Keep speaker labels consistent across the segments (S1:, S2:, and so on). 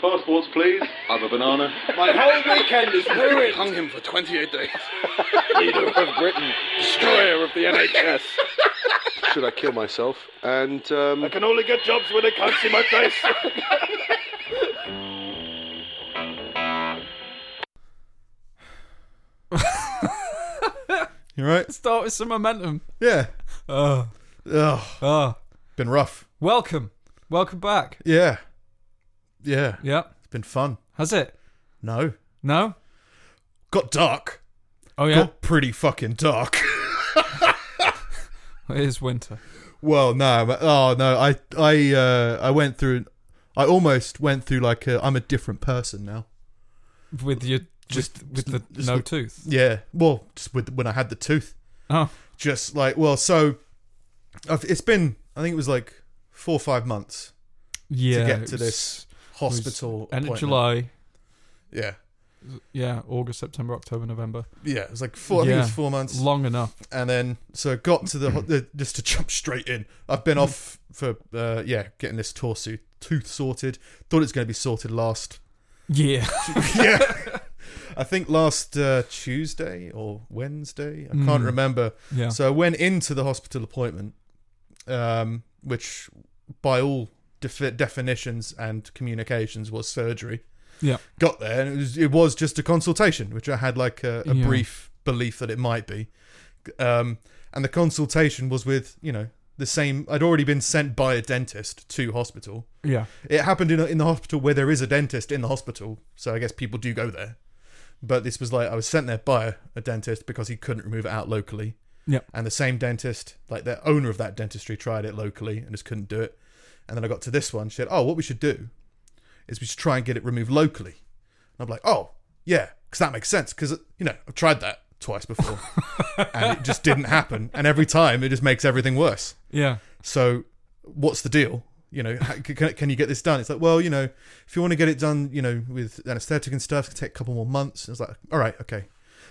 S1: Passports, please. I've a banana.
S2: My whole weekend is ruined.
S3: Hung him for 28 days.
S2: Leader of Britain, destroyer of the NHS.
S3: Should I kill myself? And um,
S2: I can only get jobs when they can't see my face.
S4: You all right?
S5: Start with some momentum.
S4: Yeah.
S5: Oh,
S4: Ugh.
S5: oh.
S4: Been rough.
S5: Welcome. Welcome back.
S4: Yeah. Yeah.
S5: Yeah.
S4: It's been fun.
S5: Has it?
S4: No.
S5: No?
S4: Got dark.
S5: Oh, yeah.
S4: Got pretty fucking dark.
S5: It is winter.
S4: Well, no, but- oh no, I I uh, I went through, I almost went through like i I'm a different person now.
S5: With your. Just
S4: Just-
S5: with the
S4: just
S5: no
S4: the-
S5: tooth.
S4: Yeah, well, just with when I had the tooth,
S5: Oh,
S4: just like well, so I've, it's been I think it was like four or five months
S5: yeah.
S4: to
S5: it
S4: get to
S5: was
S4: this hospital.
S5: End of
S4: appointment.
S5: July.
S4: Yeah,
S5: Yeah, August, September, October, November.
S4: yeah, it was like four. I think it was
S5: Yeah.
S4: four months,
S5: Long enough.
S4: and then so I got to the, ho- the just to jump straight in. I've been off for uh, yeah, getting this torso tooth sorted. Thought it's going to be sorted last
S5: Yeah.
S4: yeah. I think last uh, Tuesday or Wednesday, I can't
S5: Mm.
S4: remember.
S5: Yeah.
S4: So I went into the hospital appointment, um, which by all defi- definitions and communications was surgery.
S5: Yeah.
S4: Got there and it was, it was just a consultation, which I had like a, a
S5: Yeah.
S4: brief belief that it might be. Um, and the consultation was with, you know, the same. I'd already been sent by a dentist to hospital.
S5: yeah.
S4: It happened in, in the hospital where there is a dentist in the hospital, so I guess people do go there. But this was like I was sent there by a, a dentist because he couldn't remove it out locally.
S5: Yep.
S4: And the same dentist, like the owner of that dentistry, tried it locally and just couldn't do it. And then I got to this one. She said, "Oh, what we should do is we should try and get it removed locally." And I'm like, "Oh, yeah, because that makes sense. Because you know I've tried that twice before, and it just didn't happen. And every time it just makes everything worse."
S5: Yeah.
S4: so what's the deal you know how- can, can you get this done it's like well you know if you want to get it done you know with anesthetic and stuff it could take a couple more months it's like all right okay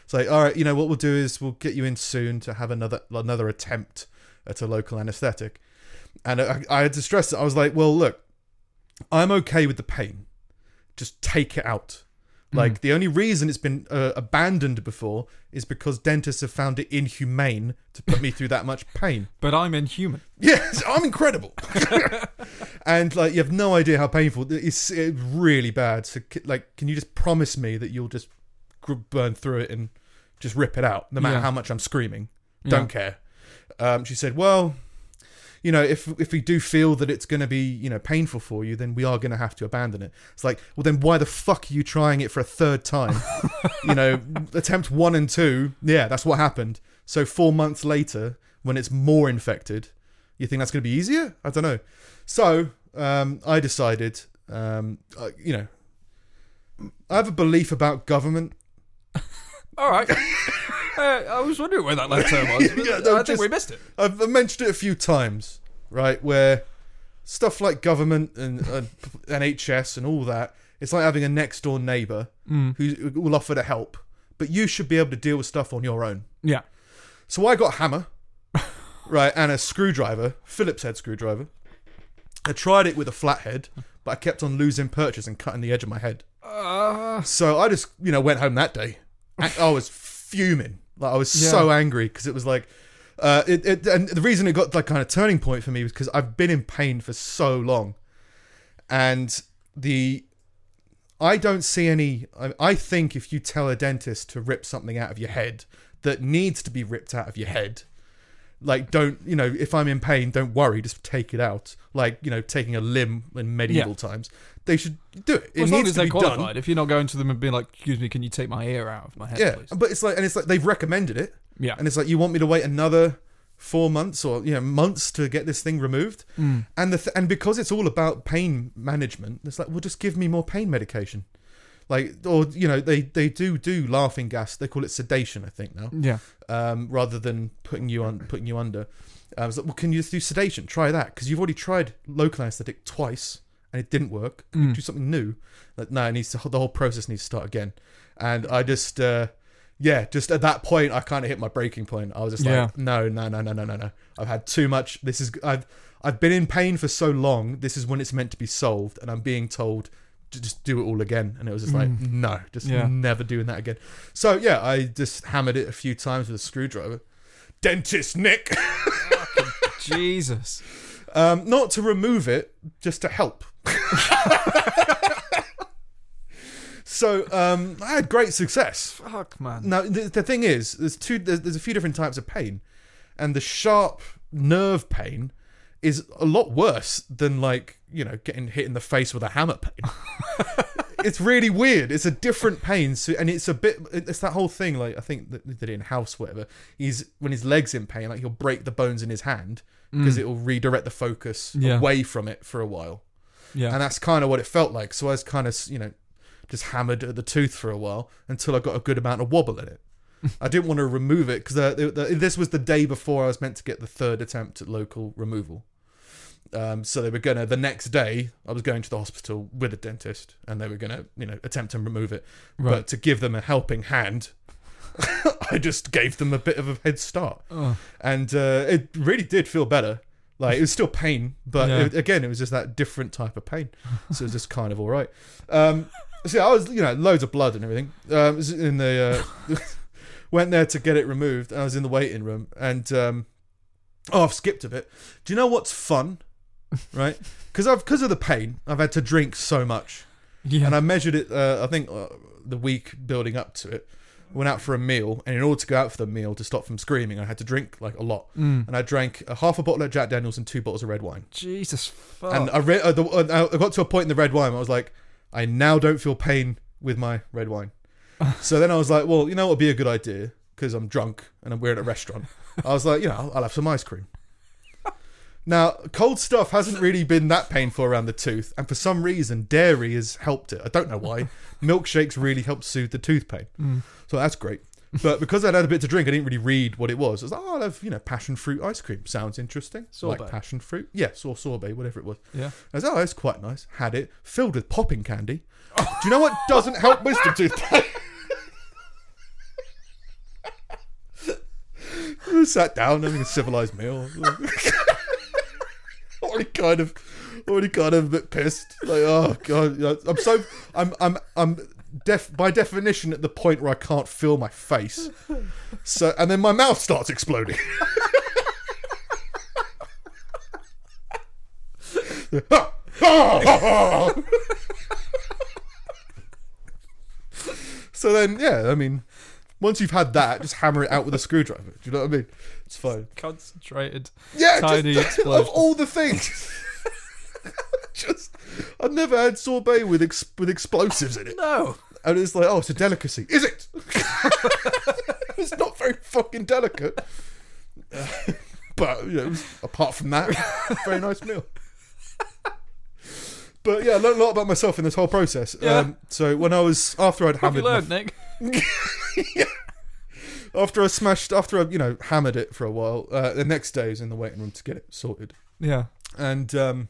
S4: it's like all right you know what we'll do is we'll get you in soon to have another another attempt at a local anesthetic and i, I had to stress that i was like well look i'm okay with the pain just take it out like the only reason it's been uh, abandoned before is because dentists have found it inhumane to put me through that much pain
S5: But I'm inhuman.
S4: Yes, I'm incredible. and like, you have no idea how painful it's. It's really bad. So, c- like, can you just promise me that you'll just gr- burn through it and just rip it out, no matter
S5: Yeah.
S4: how much I'm screaming?
S5: Yeah.
S4: Don't care. Um, she said, "Well, you know, if if we do feel that it's going to be you know painful for you, then we are going to have to abandon it." It's like, well, then why the fuck are you trying it for a third time? you know, attempt one and two. Yeah, that's what happened. So four months later, when it's more infected, you think that's going to be easier? I don't know. So um, I decided, um, uh, you know, I have a belief about government.
S5: All right. uh, I was wondering where that last term was.
S4: Yeah,
S5: I
S4: no,
S5: think
S4: just-
S5: we missed it.
S4: I've I've mentioned it a few times, right? Where stuff like government and, and NHS and all that, it's like having a next door neighbour who will offer to help, but you should be able to deal with stuff on your own.
S5: Yeah.
S4: So I got a hammer, right, and a screwdriver, Phillips head screwdriver. I tried it with a flathead, but I kept on losing purchase and cutting the edge of my head. So I just, you know, went home that day. I, I was fuming. Like I was so angry because it was like, uh, it, it, and the reason it got like kind of turning point for me was because I've been in pain for so long, and the I don't see any. I, I think if you tell a dentist to rip something out of your head that needs to be ripped out of your head, like don't you know? If I'm in pain, don't worry, just take it out. Like you know, taking a limb in medieval
S5: Yeah.
S4: times, they should do it. It
S5: Well, as long
S4: needs
S5: as
S4: to
S5: they're
S4: be
S5: qualified.
S4: done.
S5: If you're not going to them and being like, excuse me, can you take my ear out of my head,
S4: Yeah,
S5: please?
S4: but it's like, and it's like they've recommended it,
S5: Yeah.
S4: and it's like you want me to wait another four months or you know months to get this thing removed, and the th- and because it's all about pain management, it's like well just give me more pain medication, like or you know they they do do laughing gas they call it sedation I think now
S5: yeah.
S4: um, rather than putting you on putting you under. Uh, I was like, well, can you just do sedation? Try that because you've already tried local anesthetic twice and it didn't work. Can you do something new? Like, no, it needs to, the whole process needs to start again. And I just, uh, yeah, just at that point, I kind of hit my breaking point. I was just
S5: Yeah.
S4: like, no, no, no, no, no, no, no. I've had too much. This is I've I've been in pain for so long. This is when it's meant to be solved, and I'm being told j- just do it all again. And it was just like, no, just
S5: Yeah.
S4: never doing that again. So yeah, I just hammered it a few times with a screwdriver. Dentist Nick,
S5: Jesus.
S4: um, not to remove it, just to help. so um, I had great success.
S5: Fuck, man.
S4: Now the, the thing is, there's two. There's, there's a few different types of pain, and the sharp nerve pain is a lot worse than like you know getting hit in the face with a hammer pain. it's really weird. It's a different pain. So and it's a bit. It's that whole thing. Like I think that they did it in House, whatever. He's when his legs in pain, like he'll break the bones in his hand because it will redirect the focus
S5: Mm. Yeah.
S4: away from it for a while
S5: Yeah.
S4: and that's kind of what it felt like. So I was kind of, you know, just hammered at the tooth for a while until I got a good amount of wobble in it. I didn't want to remove it because this was the day before I was meant to get the third attempt at local removal. Um, so they were gonna the next day. I was going to the hospital with a dentist, and they were gonna, you know, attempt to remove it. But to give them a helping hand, I just gave them a bit of a head start,
S5: Oh.
S4: and uh, it really did feel better. Like it was still pain, but
S5: Yeah.
S4: it, again, it was just that different type of pain, so it was just kind of all right. Um, so I was, you know, loads of blood and everything. Um, it was in the uh, went there to get it removed, and I was in the waiting room, and um, oh, I've skipped a bit. Do you know what's fun, right? Because I've because of the pain, I've had to drink so much.
S5: Yeah.
S4: And I measured it. Uh, I think uh, the week building up to it, went out for a meal, and in order to go out for the meal to stop from screaming, I had to drink like a lot.
S5: Mm.
S4: And I drank a half a bottle of Jack Daniels and two bottles of red wine.
S5: Jesus. Fuck.
S4: And I, re- uh, the, uh, I got to a point in the red wine. Where I was like, I now don't feel pain with my red wine. so then I was like, well, you know what would be a good idea because I'm drunk and I'm we're at a restaurant. I was like, you know, I'll, I'll have some ice cream. Now, cold stuff hasn't really been that painful around the tooth, and for some reason, dairy has helped it. I don't know why. Milkshakes really help soothe the tooth pain,
S5: Mm.
S4: so that's great. But because I'd had a bit to drink, I didn't really read what it was. I was like, oh, I'll have you know passion fruit ice cream. Sounds interesting.
S5: Sorbet.
S4: Like passion fruit, yes, or sorbet, whatever it was.
S5: Yeah.
S4: I was oh, that's quite nice. Had it filled with popping candy. Do you know what doesn't help wisdom tooth pain? I sat down having a civilized meal. already kind of, already kind of a bit pissed. Like, oh god, you know, I'm so, I'm, I'm, I'm def by definition at the point where I can't feel my face. So, and then my mouth starts exploding. so then, yeah, I mean, once you've had that, just hammer it out with a screwdriver. Do you know what I mean? It's fine.
S5: Concentrated.
S4: Yeah,
S5: Tiny
S4: just,
S5: explosions.
S4: of all the things. just, I've never had sorbet with ex- with explosives in it,
S5: No.
S4: and it's like, oh, it's a delicacy. Is it? it's not very fucking delicate. but you know, apart from that, very nice meal. But yeah, I learned a lot about myself in this whole process. Um,
S5: Yeah.
S4: so when I was after I'd
S5: Have you
S4: hammered, my
S5: learned, Nick?
S4: after I smashed, after I you know hammered it for a while, uh, the next day I was in the waiting room to get it sorted.
S5: Yeah.
S4: and um,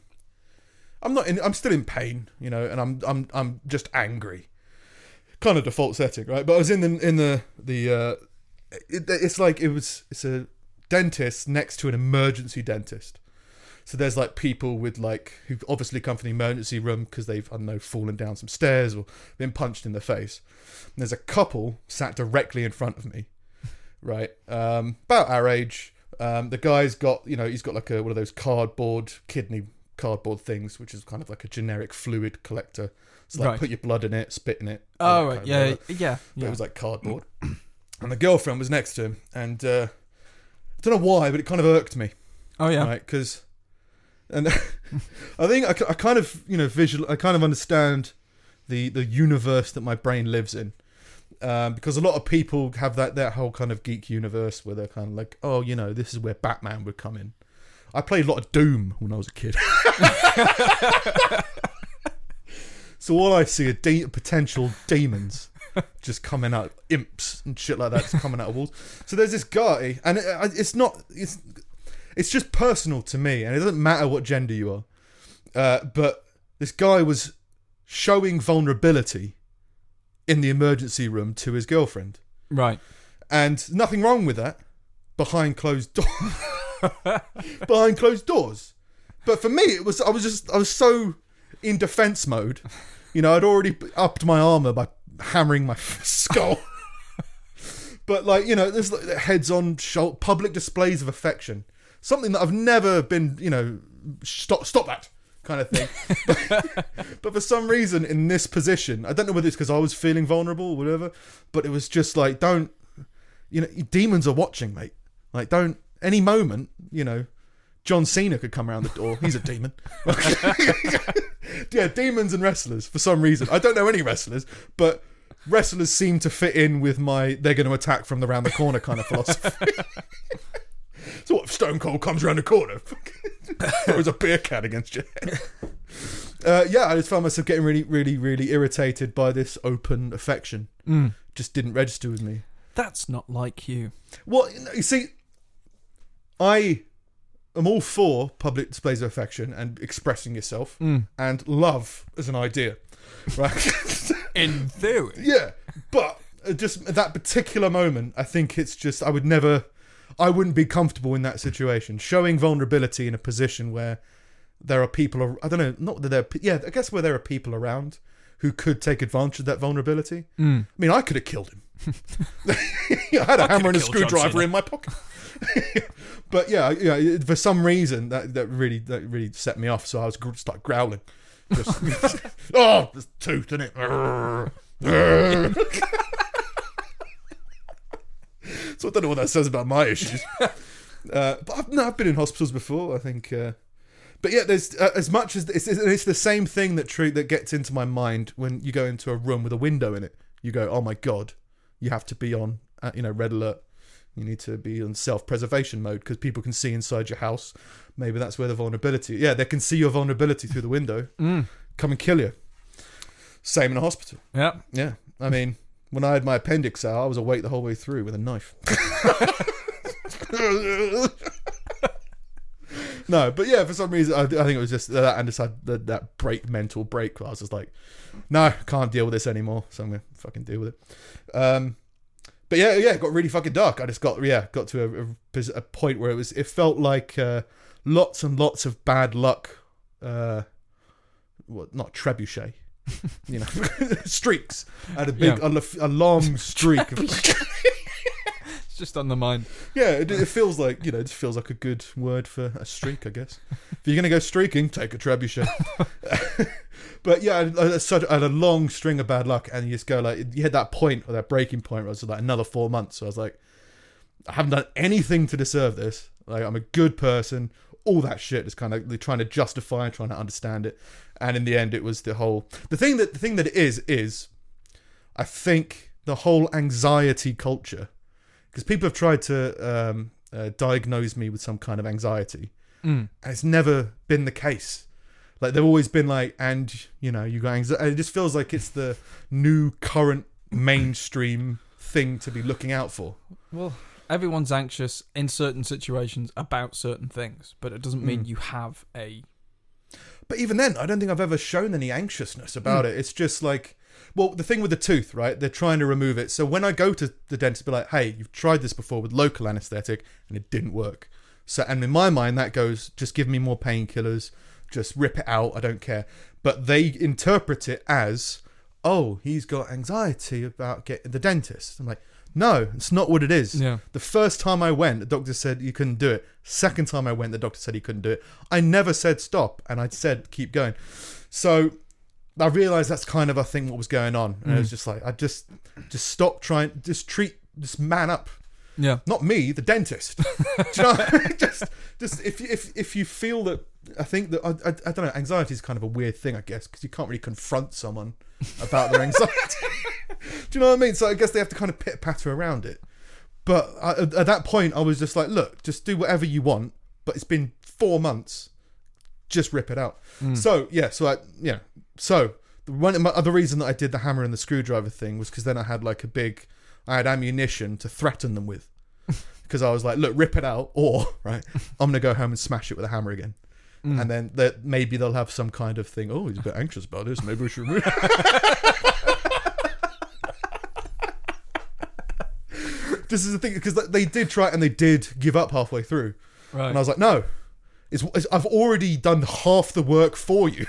S4: I'm not in. I'm still in pain, you know, and I'm I'm I'm just angry. Kind of default setting, right? But I was in the in the the. Uh, it, it's like it was. It's a dentist next to an emergency dentist. So there's like people with like who've obviously come from the emergency room because they've I don't know fallen down some stairs or been punched in the face. And there's a couple sat directly in front of me, right? Um, about our age. Um, the guy's got you know he's got like a one of those cardboard kidney cardboard things, which is kind of like a generic fluid collector. So like
S5: Right.
S4: put your blood in it, spit in it. all
S5: Oh
S4: that
S5: right.
S4: kind of
S5: Yeah.
S4: whatever
S5: Yeah.
S4: but
S5: Yeah.
S4: it was like cardboard. and the girlfriend was next to him, and uh, I don't know why, but it kind of irked me,
S5: Oh yeah.
S4: right? Because, and I think I, ki- I kind of you know visual, I kind of understand the the universe that my brain lives in. Um, because a lot of people have that that whole kind of geek universe where they're kind of like, oh, you know, this is where Batman would come in. I played a lot of Doom when I was a kid. so all I see are de- potential demons just coming out, imps and shit like that just coming out of walls. So there's this guy, and it, I- it's not, it's, it's just personal to me, and it doesn't matter what gender you are. Uh, but this guy was showing vulnerability in the emergency room to his girlfriend,
S5: Right.
S4: and nothing wrong with that behind closed doors. behind closed doors, but for me, it was I was just I was so in defense mode You know, I'd already upped my armor by hammering my skull. but like, you know, there's like heads on shou- public displays of affection. Something that I've never been, you know, stop stop that kind of thing. but for some reason in this position, I don't know whether it's because I was feeling vulnerable or whatever, but it was just like don't you know, demons are watching, mate. Like don't any moment, you know, John Cena could come around the door. He's a demon. yeah, demons and wrestlers for some reason. I don't know any wrestlers, but wrestlers seem to fit in with my they're going to attack from the round the corner kind of philosophy. so what if Stone Cold comes around the corner? Throws a beer can against you. Uh, yeah, I just found myself getting really, really, really irritated by this open affection. Just didn't register with me.
S5: That's not like you.
S4: Well, you know, you see, I am all for public displays of affection and expressing yourself and love as an idea, right?
S5: In theory.
S4: yeah, but uh, just at that particular moment, I think it's just I would never, I wouldn't be comfortable in that situation, showing vulnerability in a position where there are people. ar- I don't know, not that there. are pe- Yeah, I guess where there are people around who could take advantage of that vulnerability.
S5: Mm.
S4: I mean, I could have killed him. I had a hammer and a
S5: killed John
S4: screwdriver
S5: Cena.
S4: in my pocket. but yeah, yeah. For some reason, that, that really that really set me off. So I was gr- start growling. Just, oh, there's tooth in it. so I don't know what that says about my issues. Uh, but I've, no, I've been in hospitals before. I think. Uh, but yeah, there's uh, as much as it's, it's, it's the same thing that true that gets into my mind when you go into a room with a window in it. You go, oh my god, you have to be on, uh, you know, red alert. You need to be on self-preservation mode because people can see inside your house. Maybe that's where the vulnerability. Yeah, they can see your vulnerability through the window. Come and kill you. Same in a hospital.
S5: Yeah.
S4: Yeah, I mean, when I had my appendix out, I was awake the whole way through with a knife. no, but yeah, for some reason, I, I think it was just that, and just had that, that break, mental break. Where I was just like, no, can't deal with this anymore. So I'm gonna fucking deal with it. Um, but yeah, yeah, it got really fucking dark. I just got yeah, got to a- a, pos- a point where it was. It felt like uh, lots and lots of bad luck. Uh, well, not trebuchet. You know, streaks. I had a big,
S5: Yeah.
S4: a, lo- a long streak. of,
S5: It's just on the mind.
S4: yeah, it, it feels like you know, it feels like a good word for a streak, I guess. If you're gonna go streaking, take a trebuchet. but yeah, I, had- I, had such, I had a long string of bad luck, and you just go like, you had that point or that breaking point where it was like another four months. So I was like, I haven't done anything to deserve this. Like I'm a good person. All that shit is kind of they're trying to justify, trying to understand it, and in the end, it was the whole the thing that the thing that it is is, I think the whole anxiety culture because people have tried to um, uh, diagnose me with some kind of anxiety, and it's never been the case. Like they've always been like, and you know, you got anxiety. It just feels like it's the new current mainstream thing to be looking out for.
S5: Well, everyone's anxious in certain situations about certain things, but it doesn't mean you have a.
S4: But even then, I don't think I've ever shown any anxiousness about it. It's just like, well, the thing with the tooth, right? They're trying to remove it. So when I go to the dentist, be like, hey, you've tried this before with local anesthetic and it didn't work. So, and in my mind, that goes, just give me more painkillers, just rip it out, I don't care. But they interpret it as, oh, he's got anxiety about getting the dentist. I'm like, no, it's not what it is.
S5: Yeah.
S4: The first time I went, the doctor said you couldn't do it. Second time I went, the doctor said he couldn't do it. I never said stop, and I said keep going. So I realized that's kind of I think what was going on, and I was just like, I just just stop trying, just treat, just man up.
S5: Yeah.
S4: Not me, the dentist. Do you know? just, just if you- if if you feel that, I think that I, I, I don't know. Anxiety is kind of a weird thing, I guess, because you can't really confront someone about their anxiety. Do you know what I mean? So I guess they have to kind of pit patter around it. But I, at at that point, I was just like, look, just do whatever you want. But it's been four months. Just rip it out. So yeah, so I yeah. So the one my other reason that I did the hammer and the screwdriver thing was because then I had like a big, I had ammunition to threaten them with. Because I was like, look, rip it out, or right, I'm gonna go home and smash it with a hammer again. And then that maybe they'll have some kind of thing. Oh, he's a bit anxious about this. Maybe we should move. this is the thing because they did try and they did give up halfway through
S5: Right.
S4: and i was like no it's, it's i've already done half the work for you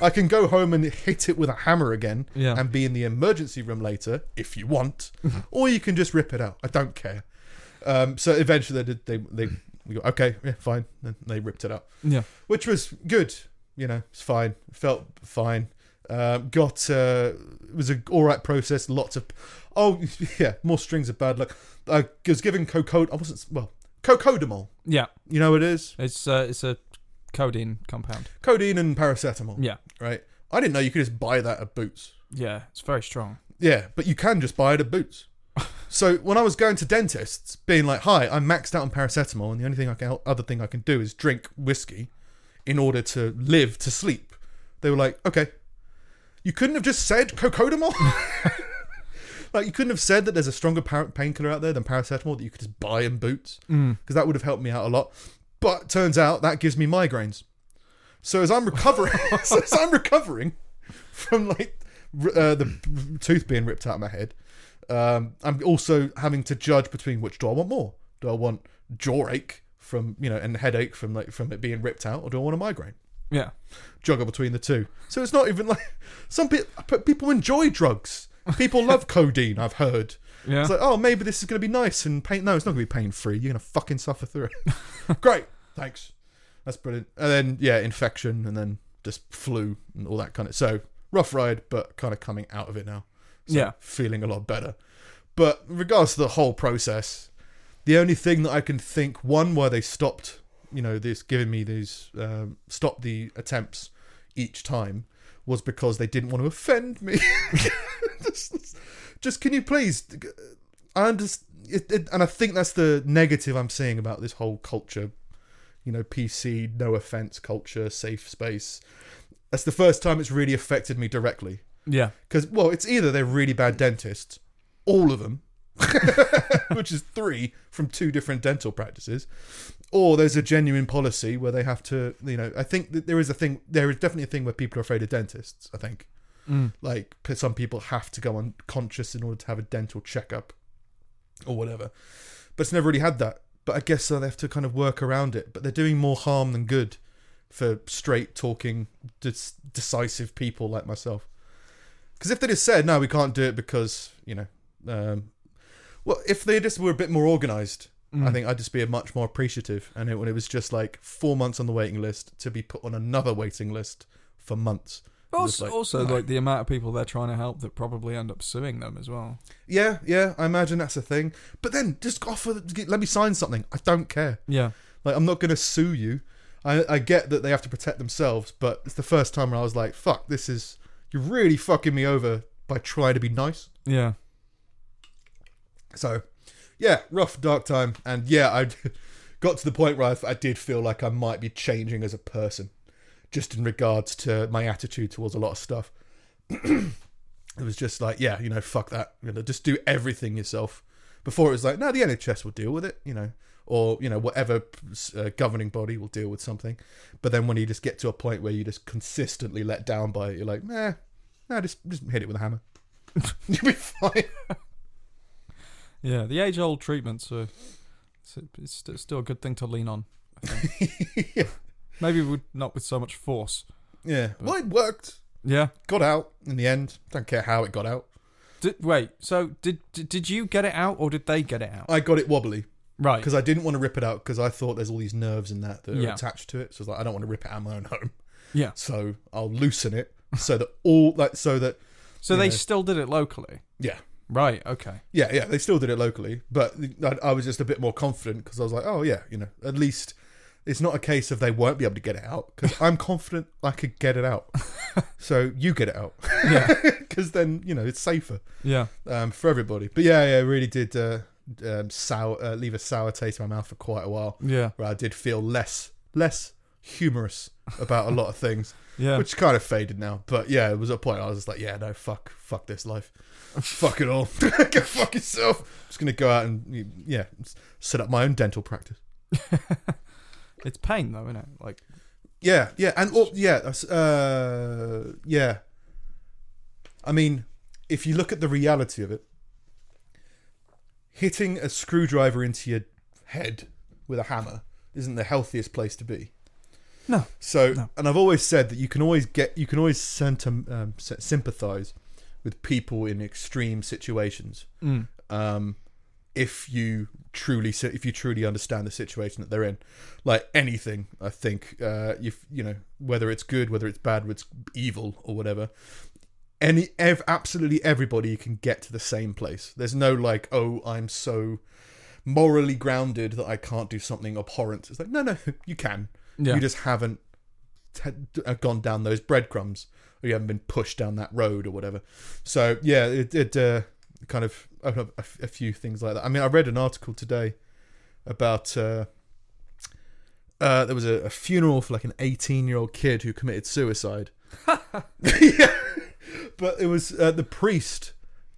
S4: I can go home and hit it with a hammer again
S5: Yeah.
S4: and be in the emergency room later if you want, or you can just rip it out. I don't care. Um, so eventually they did. They they we go okay, yeah, fine. Then they ripped it out,
S5: Yeah.
S4: which was good. You know, it's fine. Felt fine. Um, got uh, it was a all right process. Lots of oh yeah, more strings of bad luck. I was given cocod. I wasn't well cocodamol.
S5: Yeah.
S4: You know what it is?
S5: It's uh, it's a codeine compound.
S4: Codeine and paracetamol.
S5: Yeah.
S4: Right. I didn't know you could just buy that at Boots.
S5: Yeah. It's very strong.
S4: Yeah, but you can just buy it at Boots. so when I was going to dentists, being like, "Hi, I'm maxed out on paracetamol, and the only thing I can, other thing I can do is drink whiskey, in order to live to sleep," they were like, "Okay." You couldn't have just said cocodamol. like you couldn't have said that there's a stronger par- painkiller out there than paracetamol that you could just buy in Boots because that would have helped me out a lot. But turns out that gives me migraines. So as I'm recovering, so as I'm recovering from like r- uh, the b- tooth being ripped out of my head, um, I'm also having to judge between which do I want more? Do I want jaw ache from you know and headache from like from it being ripped out, or do I want a migraine?
S5: Yeah.
S4: Juggle between the two. So it's not even like some people. People enjoy drugs. People love codeine. I've heard.
S5: Yeah.
S4: It's like, oh, maybe this is going to be nice and pain. No, it's not going to be pain free. You're going to fucking suffer through it. Great, thanks. That's brilliant. And then yeah, infection, and then just flu and all that kind of. So rough ride, but kind of coming out of it now. So
S5: Yeah.
S4: feeling a lot better. But in regards to the whole process, the only thing that I can think one why they stopped, you know, this giving me these um, stopped the attempts each time was because they didn't want to offend me. just, just can you please? I understand, it, it, and I think that's the negative I'm seeing about this whole culture. You know, PC, no offense culture, safe space. That's the first time it's really affected me directly.
S5: Yeah.
S4: Because, well, it's either they're really bad dentists, all of them, which is three from two different dental practices, or there's a genuine policy where they have to, you know, I think that there is a thing, there is definitely a thing where people are afraid of dentists, I think. Like, p- some people have to go unconscious in order to have a dental checkup or whatever. But it's never really had that. But I guess so they have to kind of work around it. But they're doing more harm than good for straight talking, dis- decisive people like myself. Because if they just said, no, we can't do it because, you know, um, well, if they just were a bit more organized, I think I'd just be much more appreciative. And it, when it was just like four months on the waiting list to be put on another waiting list for months. I'm just
S5: Also,
S4: like,
S5: also
S4: no.
S5: like the amount of people they're trying to help that probably end up suing them as well.
S4: yeah, yeah, I imagine that's a thing. But then just offer, let me sign something. I don't care.
S5: Yeah.
S4: Like, I'm not going to sue you. I, I get that they have to protect themselves, but it's the first time where I was like, fuck, this is, you're really fucking me over by trying to be nice.
S5: Yeah.
S4: So, yeah, rough, dark time. And yeah, I got to the point where I, I did feel like I might be changing as a person, just in regards to my attitude towards a lot of stuff. it was just like, yeah, you know, fuck that. You know, just do everything yourself. Before it was like, no, the NHS will deal with it, you know, or, you know, whatever uh, governing body will deal with something. But then when you just get to a point where you just consistently let down by it, you're like, nah, no, just, just hit it with a hammer. You'll be fine.
S5: Yeah. The age old treatments are it's, it's st- still a good thing to lean on. I think.
S4: Yeah.
S5: Maybe with, not with so much force.
S4: Yeah. Well, it worked.
S5: Yeah.
S4: got out in the end. Don't care how it got out.
S5: Did, wait. So did, did did you get it out or did they get it out?
S4: I got it wobbly
S5: right.
S4: because I didn't want to rip it out because I thought there's all these nerves in that that are
S5: Yeah.
S4: attached to it. So I was like, I don't want to rip it out of my own home.
S5: Yeah.
S4: So I'll loosen it so that all like so that
S5: So they
S4: yeah.
S5: still did it locally.
S4: yeah.
S5: Right. Okay.
S4: Yeah, yeah, they still did it locally, but I, I was just a bit more confident because I was like, oh yeah, you know, at least it's not a case of they won't be able to get it out because I'm confident I could get it out. so you get it out, yeah, because then you know it's safer.
S5: Yeah.
S4: um, for everybody. But yeah, yeah, it really did uh, um, sour, uh, leave a sour taste in my mouth for quite a while,
S5: Yeah.
S4: where I did feel less less humorous about a lot of things,
S5: Yeah.
S4: which kind of faded now. But yeah, it was a point I was just like, yeah, no, fuck, fuck this life, fuck it all, go fuck yourself. just gonna go out and yeah, set up my own dental practice.
S5: it's pain though, isn't it? Like.
S4: Yeah, yeah, and oh, yeah, that's, uh, yeah. I mean, if you look at the reality of it, hitting a screwdriver into your head with a hammer isn't the healthiest place to be.
S5: No.
S4: So,
S5: No.
S4: and I've always said that you can always get, you can always sentim, um, s- sympathize with people in extreme situations
S5: Mm.
S4: um, if you truly si- if you truly understand the situation that they're in like anything i think uh if you know whether it's good whether it's bad whether it's evil or whatever any ev- absolutely everybody can get to the same place there's no like oh i'm so morally grounded that i can't do something abhorrent it's like no no you can
S5: Yeah.
S4: you just haven't t- uh, gone down those breadcrumbs or you haven't been pushed down that road or whatever so yeah it, it uh, kind of opened up a, f- a few things like that i mean i read an article today about uh, uh, there was a, a funeral for like an 18 year old kid who committed suicide yeah. but it was uh, the priest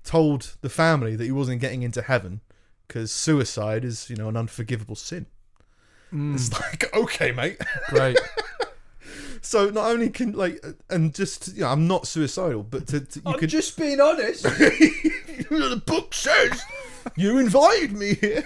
S4: told the family that he wasn't getting into heaven because suicide is you know an unforgivable sin
S5: Mm,
S4: it's like okay mate
S5: great.
S4: so not only can like and just you know, I'm not suicidal, but to, to- you
S6: I'm
S4: could
S6: just being honest.
S4: the book says you invited me here.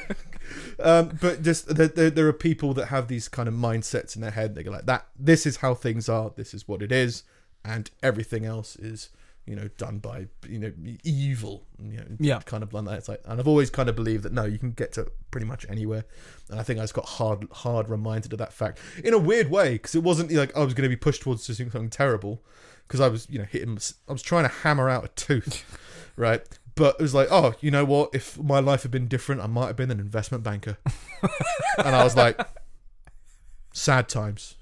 S4: Um, but just there, there, there are people that have these kind of mindsets in their head. They go like that. This is how things are. This is what it is, and everything else is you know done by you know evil. You know,
S5: Yeah.
S4: kind of like that. It's like, and I've always kind of believed that no, you can get to pretty much anywhere. And I think I just got hard, hard reminded of that fact in a weird way because it wasn't like I was going to be pushed towards doing something terrible because I was you know hitting. mys- I was trying to hammer out a tooth, right? But it was like, oh, you know what? If my life had been different, I might have been an investment banker. and I was like, sad times.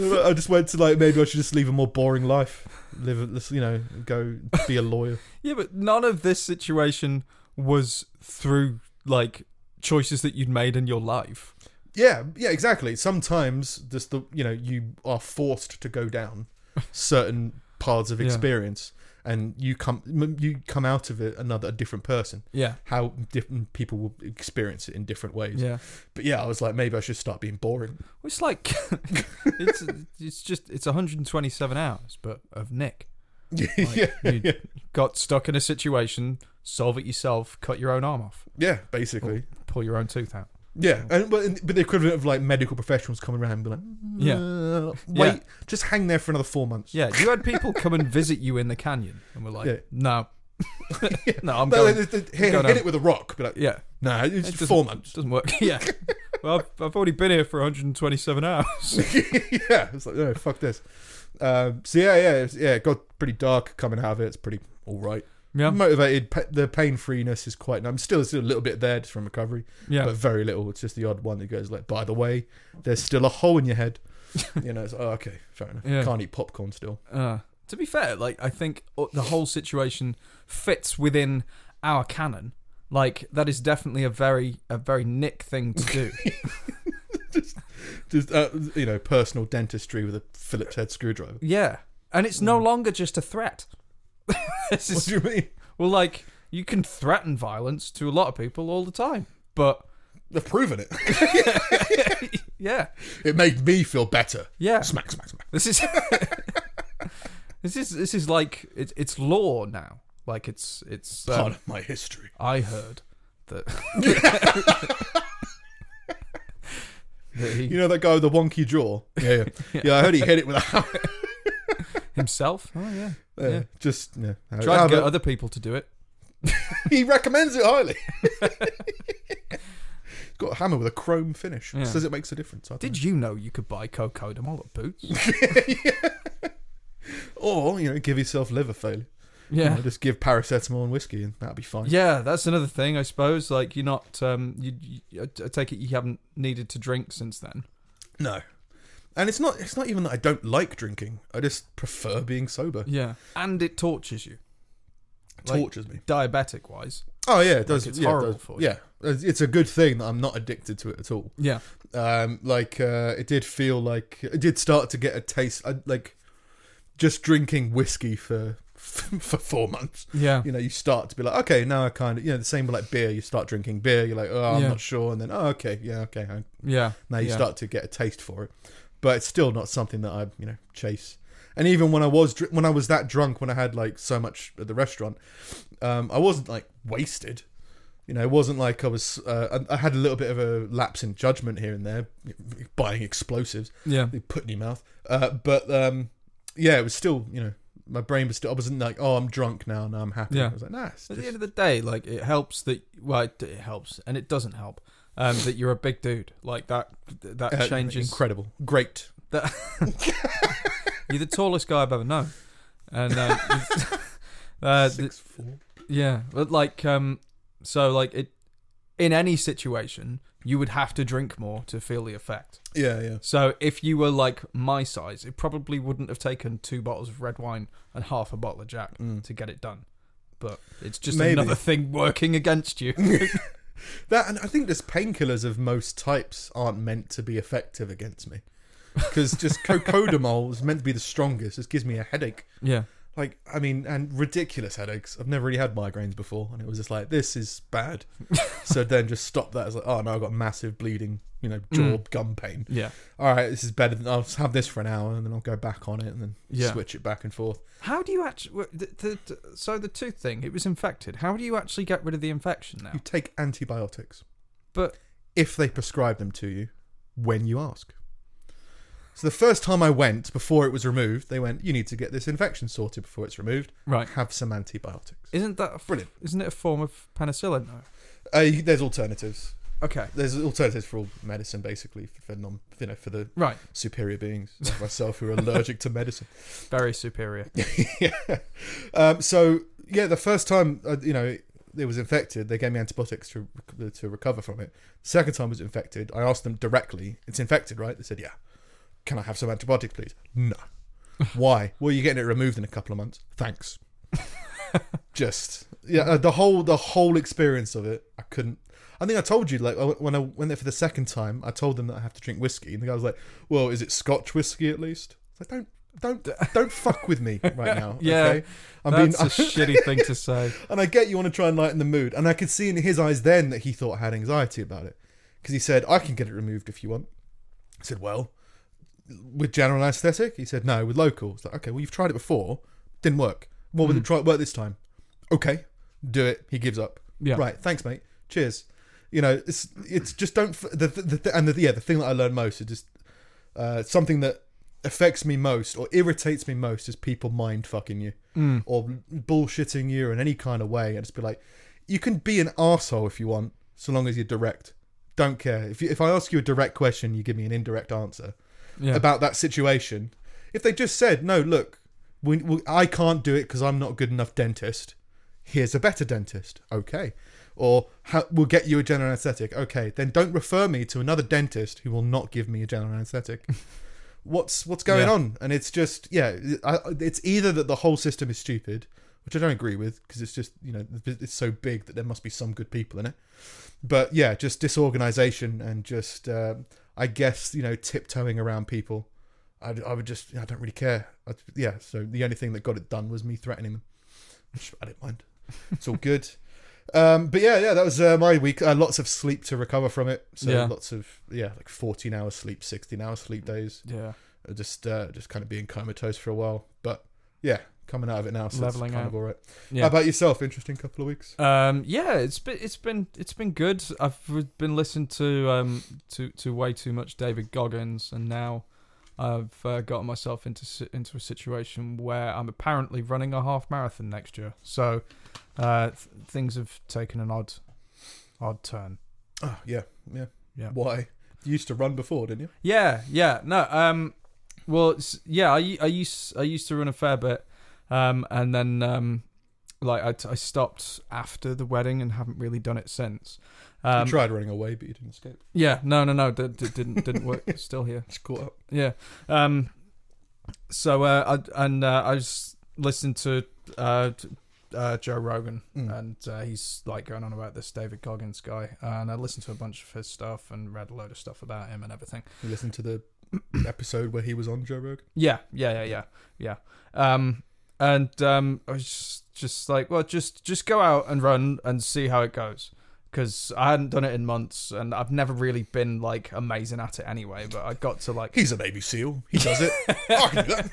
S4: I just went to like maybe I should just leave a more boring life, live a- let's, you know go be a lawyer.
S5: Yeah, but none of this situation was through like choices that you'd made in your life.
S4: Yeah, yeah, exactly. Sometimes just the you know you are forced to go down certain paths of
S5: Yeah.
S4: experience, and you come m- you come out of it another a different person.
S5: Yeah.
S4: How different people will experience it in different ways.
S5: Yeah.
S4: But yeah, I was like, maybe I should start being boring.
S5: It's like it's it's just it's 127 hours, but of Nick.
S4: yeah,
S5: You got stuck in a situation, solve it yourself, cut your own arm off,
S4: yeah, basically.
S5: pull your own tooth out.
S4: Yeah, and but, but the equivalent of like medical professionals coming around and be like,
S5: Yeah.
S4: uh, wait,
S5: Yeah.
S4: just hang there for another four months.
S5: Yeah, you had people come and visit you in the canyon, and we're like,
S4: Yeah.
S5: no, no, I'm
S4: No,
S5: going.
S4: they- they- they- hit,
S5: going
S4: hit
S5: on.
S4: it with a rock. Be like,
S5: yeah,
S4: no, it's
S5: It doesn't-
S4: four months.
S5: doesn't work. Yeah, well, I've, I've already been here for 127 hours.
S4: yeah, it's like, no, fuck this. Um, so yeah, yeah, it's- yeah. It got pretty dark coming out of it. It's pretty all right.
S5: Yeah,
S4: Motivated, pa- the pain freeness is quite. I'm still still a little bit there just from recovery,
S5: yeah,
S4: but very little. It's just the odd one that goes like, by the way, there's still a hole in your head. you know, it's oh, okay, fair enough.
S5: Yeah.
S4: Can't eat popcorn still.
S5: Uh, to be fair, like I think uh, the whole situation fits within our canon. Like that is definitely a very a very Nick thing to do.
S4: Just uh, you know, personal dentistry with a Phillips head screwdriver.
S5: yeah, and it's no longer just a threat. this
S4: Hmm. What
S5: is
S4: do you mean?
S5: well, like you can threaten violence to a lot of people all the time, but
S4: They've proven it.
S5: yeah,
S4: It made me feel better.
S5: yeah,
S4: Smack, smack, smack.
S5: this is this is this is like it, it's law now. Like it's it's um,
S4: Part of my history.
S5: I heard that. that he
S4: You know that guy with the wonky jaw? Yeah, yeah. yeah I heard he hit it with a hammer.
S5: himself. Oh yeah.
S4: Uh,
S5: Yeah.
S4: Just yeah.
S5: Try to
S4: However,
S5: get other people to do it.
S4: he recommends it highly. Got a hammer with a chrome finish.
S5: Yeah.
S4: Says it makes a difference. I don't
S5: Did you know you could buy cocodamol at Boots?
S4: know. Or you know, give yourself liver failure. You
S5: Yeah.
S4: know, just give paracetamol and whiskey, and that'll be fine.
S5: Yeah, that's another thing, I suppose. Like you're not, um, you, you, I I take it you haven't needed to drink since then.
S4: No. And it's not. It's not even that I don't like drinking. I just prefer being sober.
S5: Yeah, and it tortures you,
S4: It
S5: Like,
S4: tortures me.
S5: diabetic wise.
S4: Oh yeah, it does.
S5: it's
S4: yeah, it
S5: horrible
S4: does.
S5: for you.
S4: Yeah, it's it's a good thing that I'm not addicted to it at all.
S5: Yeah,
S4: um like uh it did feel like it did start to get a taste I, like just drinking whiskey for for four months
S5: yeah,
S4: you know you start to be like okay now i kind of you know the same with like beer you start drinking beer you're like oh i'm
S5: Yeah.
S4: not sure and then oh okay yeah okay I,
S5: yeah.
S4: now you
S5: yeah.
S4: start to get a taste for it but it's still not something that i you know chase and even when i was dr- when i was that drunk when i had like so much at the restaurant um i wasn't like wasted You know, it wasn't like I was. Uh, I I had a little bit of a lapse in judgment here and there, buying explosives.
S5: Yeah.
S4: You put in your mouth. Uh, but um, yeah, it was still. You know, my brain was still. I wasn't like, oh, I'm drunk now, now I'm happy.
S5: Yeah.
S4: I was like, nah. It's
S5: At
S4: just-
S5: the end of the day, like it helps that well, it, it helps and it doesn't help um, that you're a big dude. Like that that
S4: uh,
S5: changes.
S4: Incredible. Great.
S5: that, you're the tallest guy I've ever known, and uh, uh, th-
S4: Six, four.
S5: yeah, but like um, so like it in any situation you would have to drink more to feel the effect.
S4: Yeah, yeah.
S5: So if you were like my size, it probably wouldn't have taken two bottles of red wine and half a bottle of Jack to get it done. But it's just
S4: Maybe.
S5: another thing working against you.
S4: That and I think there's painkillers of most types aren't meant to be effective against me. Because just cocodamol is meant to be the strongest. It gives me a headache.
S5: yeah.
S4: Like, I mean, and ridiculous headaches. I've never really had migraines before. And it was just like, this is bad. so then just stop that. It's like, oh, no, I've got massive bleeding, you know, jaw, gum pain.
S5: Yeah.
S4: All right, this is better than I'll just have this for an hour and then I'll go back on it and then
S5: Yeah.
S4: switch it back and forth.
S5: How do you actually? so the tooth thing, it was infected. How do you actually get rid of the infection now?
S4: You take antibiotics.
S5: But
S4: if they prescribe them to you when you ask. So the first time I went before it was removed, they went, "You need to get this infection sorted before it's removed.
S5: Right.
S4: Have some antibiotics."
S5: isn't that a,
S4: Brilliant.
S5: Isn't it a form of penicillin? though?
S4: Uh, you- there's alternatives.
S5: Okay.
S4: There's alternatives for all medicine, basically, for, for non, you know, for the
S5: Right.
S4: superior beings like myself who are allergic to medicine.
S5: Very superior.
S4: yeah. Um, so yeah, the first time uh, you know it, it was infected, they gave me antibiotics to rec- to recover from it. Second time it was infected, I asked them directly, "It's infected, right?" They said, "Yeah." Can I have some antibiotics, please? No. Why? Well, you're getting it removed in a couple of months. Thanks. Just yeah, uh, the whole the whole experience of it, I couldn't. I think I told you like I- when I went there for the second time, I told them that I have to drink whiskey, and the guy was like, "Well, is it Scotch whiskey at least?" I was like, don't don't don't fuck with me right now.
S5: Yeah,
S4: okay? I'm being,
S5: That's a shitty thing to say.
S4: and I get you want to try and lighten the mood, and I could see in his eyes then that he thought I had anxiety about it because he said, "I can get it removed if you want." I said, "Well, with general anaesthetic?" He said, "No, with local." It's like, okay, well you've tried it before, didn't work. Well, will it try it work this time? Okay, do it. He gives up.
S5: Yeah.
S4: Right. Thanks, mate. Cheers. You know, it's it's just don't f- the, the, the and the, yeah the thing that I learned most is just uh, something that affects me most or irritates me most is people mind fucking you or bullshitting you in any kind of way and just be like you can be an asshole if you want so long as you're direct don't care if, you, if i ask you a direct question you give me an indirect answer
S5: Yeah.
S4: about that situation if they just said no look we, we, i can't do it because i'm not a good enough dentist here's a better dentist okay or "Ha- we'll get you a general anesthetic okay then don't refer me to another dentist who will not give me a general anesthetic what's what's going
S5: Yeah.
S4: on and it's just yeah I, I- it's either that the whole system is stupid which i don't agree with because it's just you know it's so big that there must be some good people in it but yeah just disorganization and just uh, i guess you know tiptoeing around people i, I would just i don't really care I, yeah so the only thing that got it done was me threatening them which i didn't mind it's all good um, but yeah yeah that was uh, my week uh, lots of sleep to recover from it so
S5: Yeah.
S4: lots of yeah like 14 hours sleep 16 hour sleep days
S5: yeah.
S4: uh, just uh, just kind of being comatose for a while. But yeah, coming out of it now, so
S5: Leveling
S4: it's kind
S5: out.
S4: of all right.
S5: Yeah.
S4: How about yourself? Interesting couple of weeks.
S5: Um, yeah, it's been it's been it's been good. I've been listening to um to, to way too much David Goggins, and now I've uh, gotten myself into si- into a situation where I'm apparently running a half marathon next year. So uh, th- things have taken an odd odd turn.
S4: Oh yeah, yeah,
S5: Yeah.
S4: Why? You used to run before, didn't you?
S5: Yeah, yeah, no, um, well, it's, yeah, I u- I used I used to run a fair bit, um, and then um, like I, t- I stopped after the wedding and haven't really done it since. Um,
S4: you tried running away, but you didn't escape.
S5: Yeah, no, no, no, that that didn't didn't work. It's Still here.
S4: Just caught up.
S5: Yeah. Um. So uh, I and uh, I was listening to uh, t- uh Joe Rogan,
S4: Mm.
S5: and uh, he's like going on about this David Goggins guy, and I listened to a bunch of his stuff and read a load of stuff about him and everything.
S4: You listened to the episode where he was on Joe Rogan.
S5: Yeah, yeah, yeah, yeah, yeah. Um, and um, I was just, just like, well, just just go out and run and see how it goes, because I hadn't done it in months, and I've never really been like amazing at it anyway. But I got to like,
S4: He's a Navy SEAL. He does it. I can do that.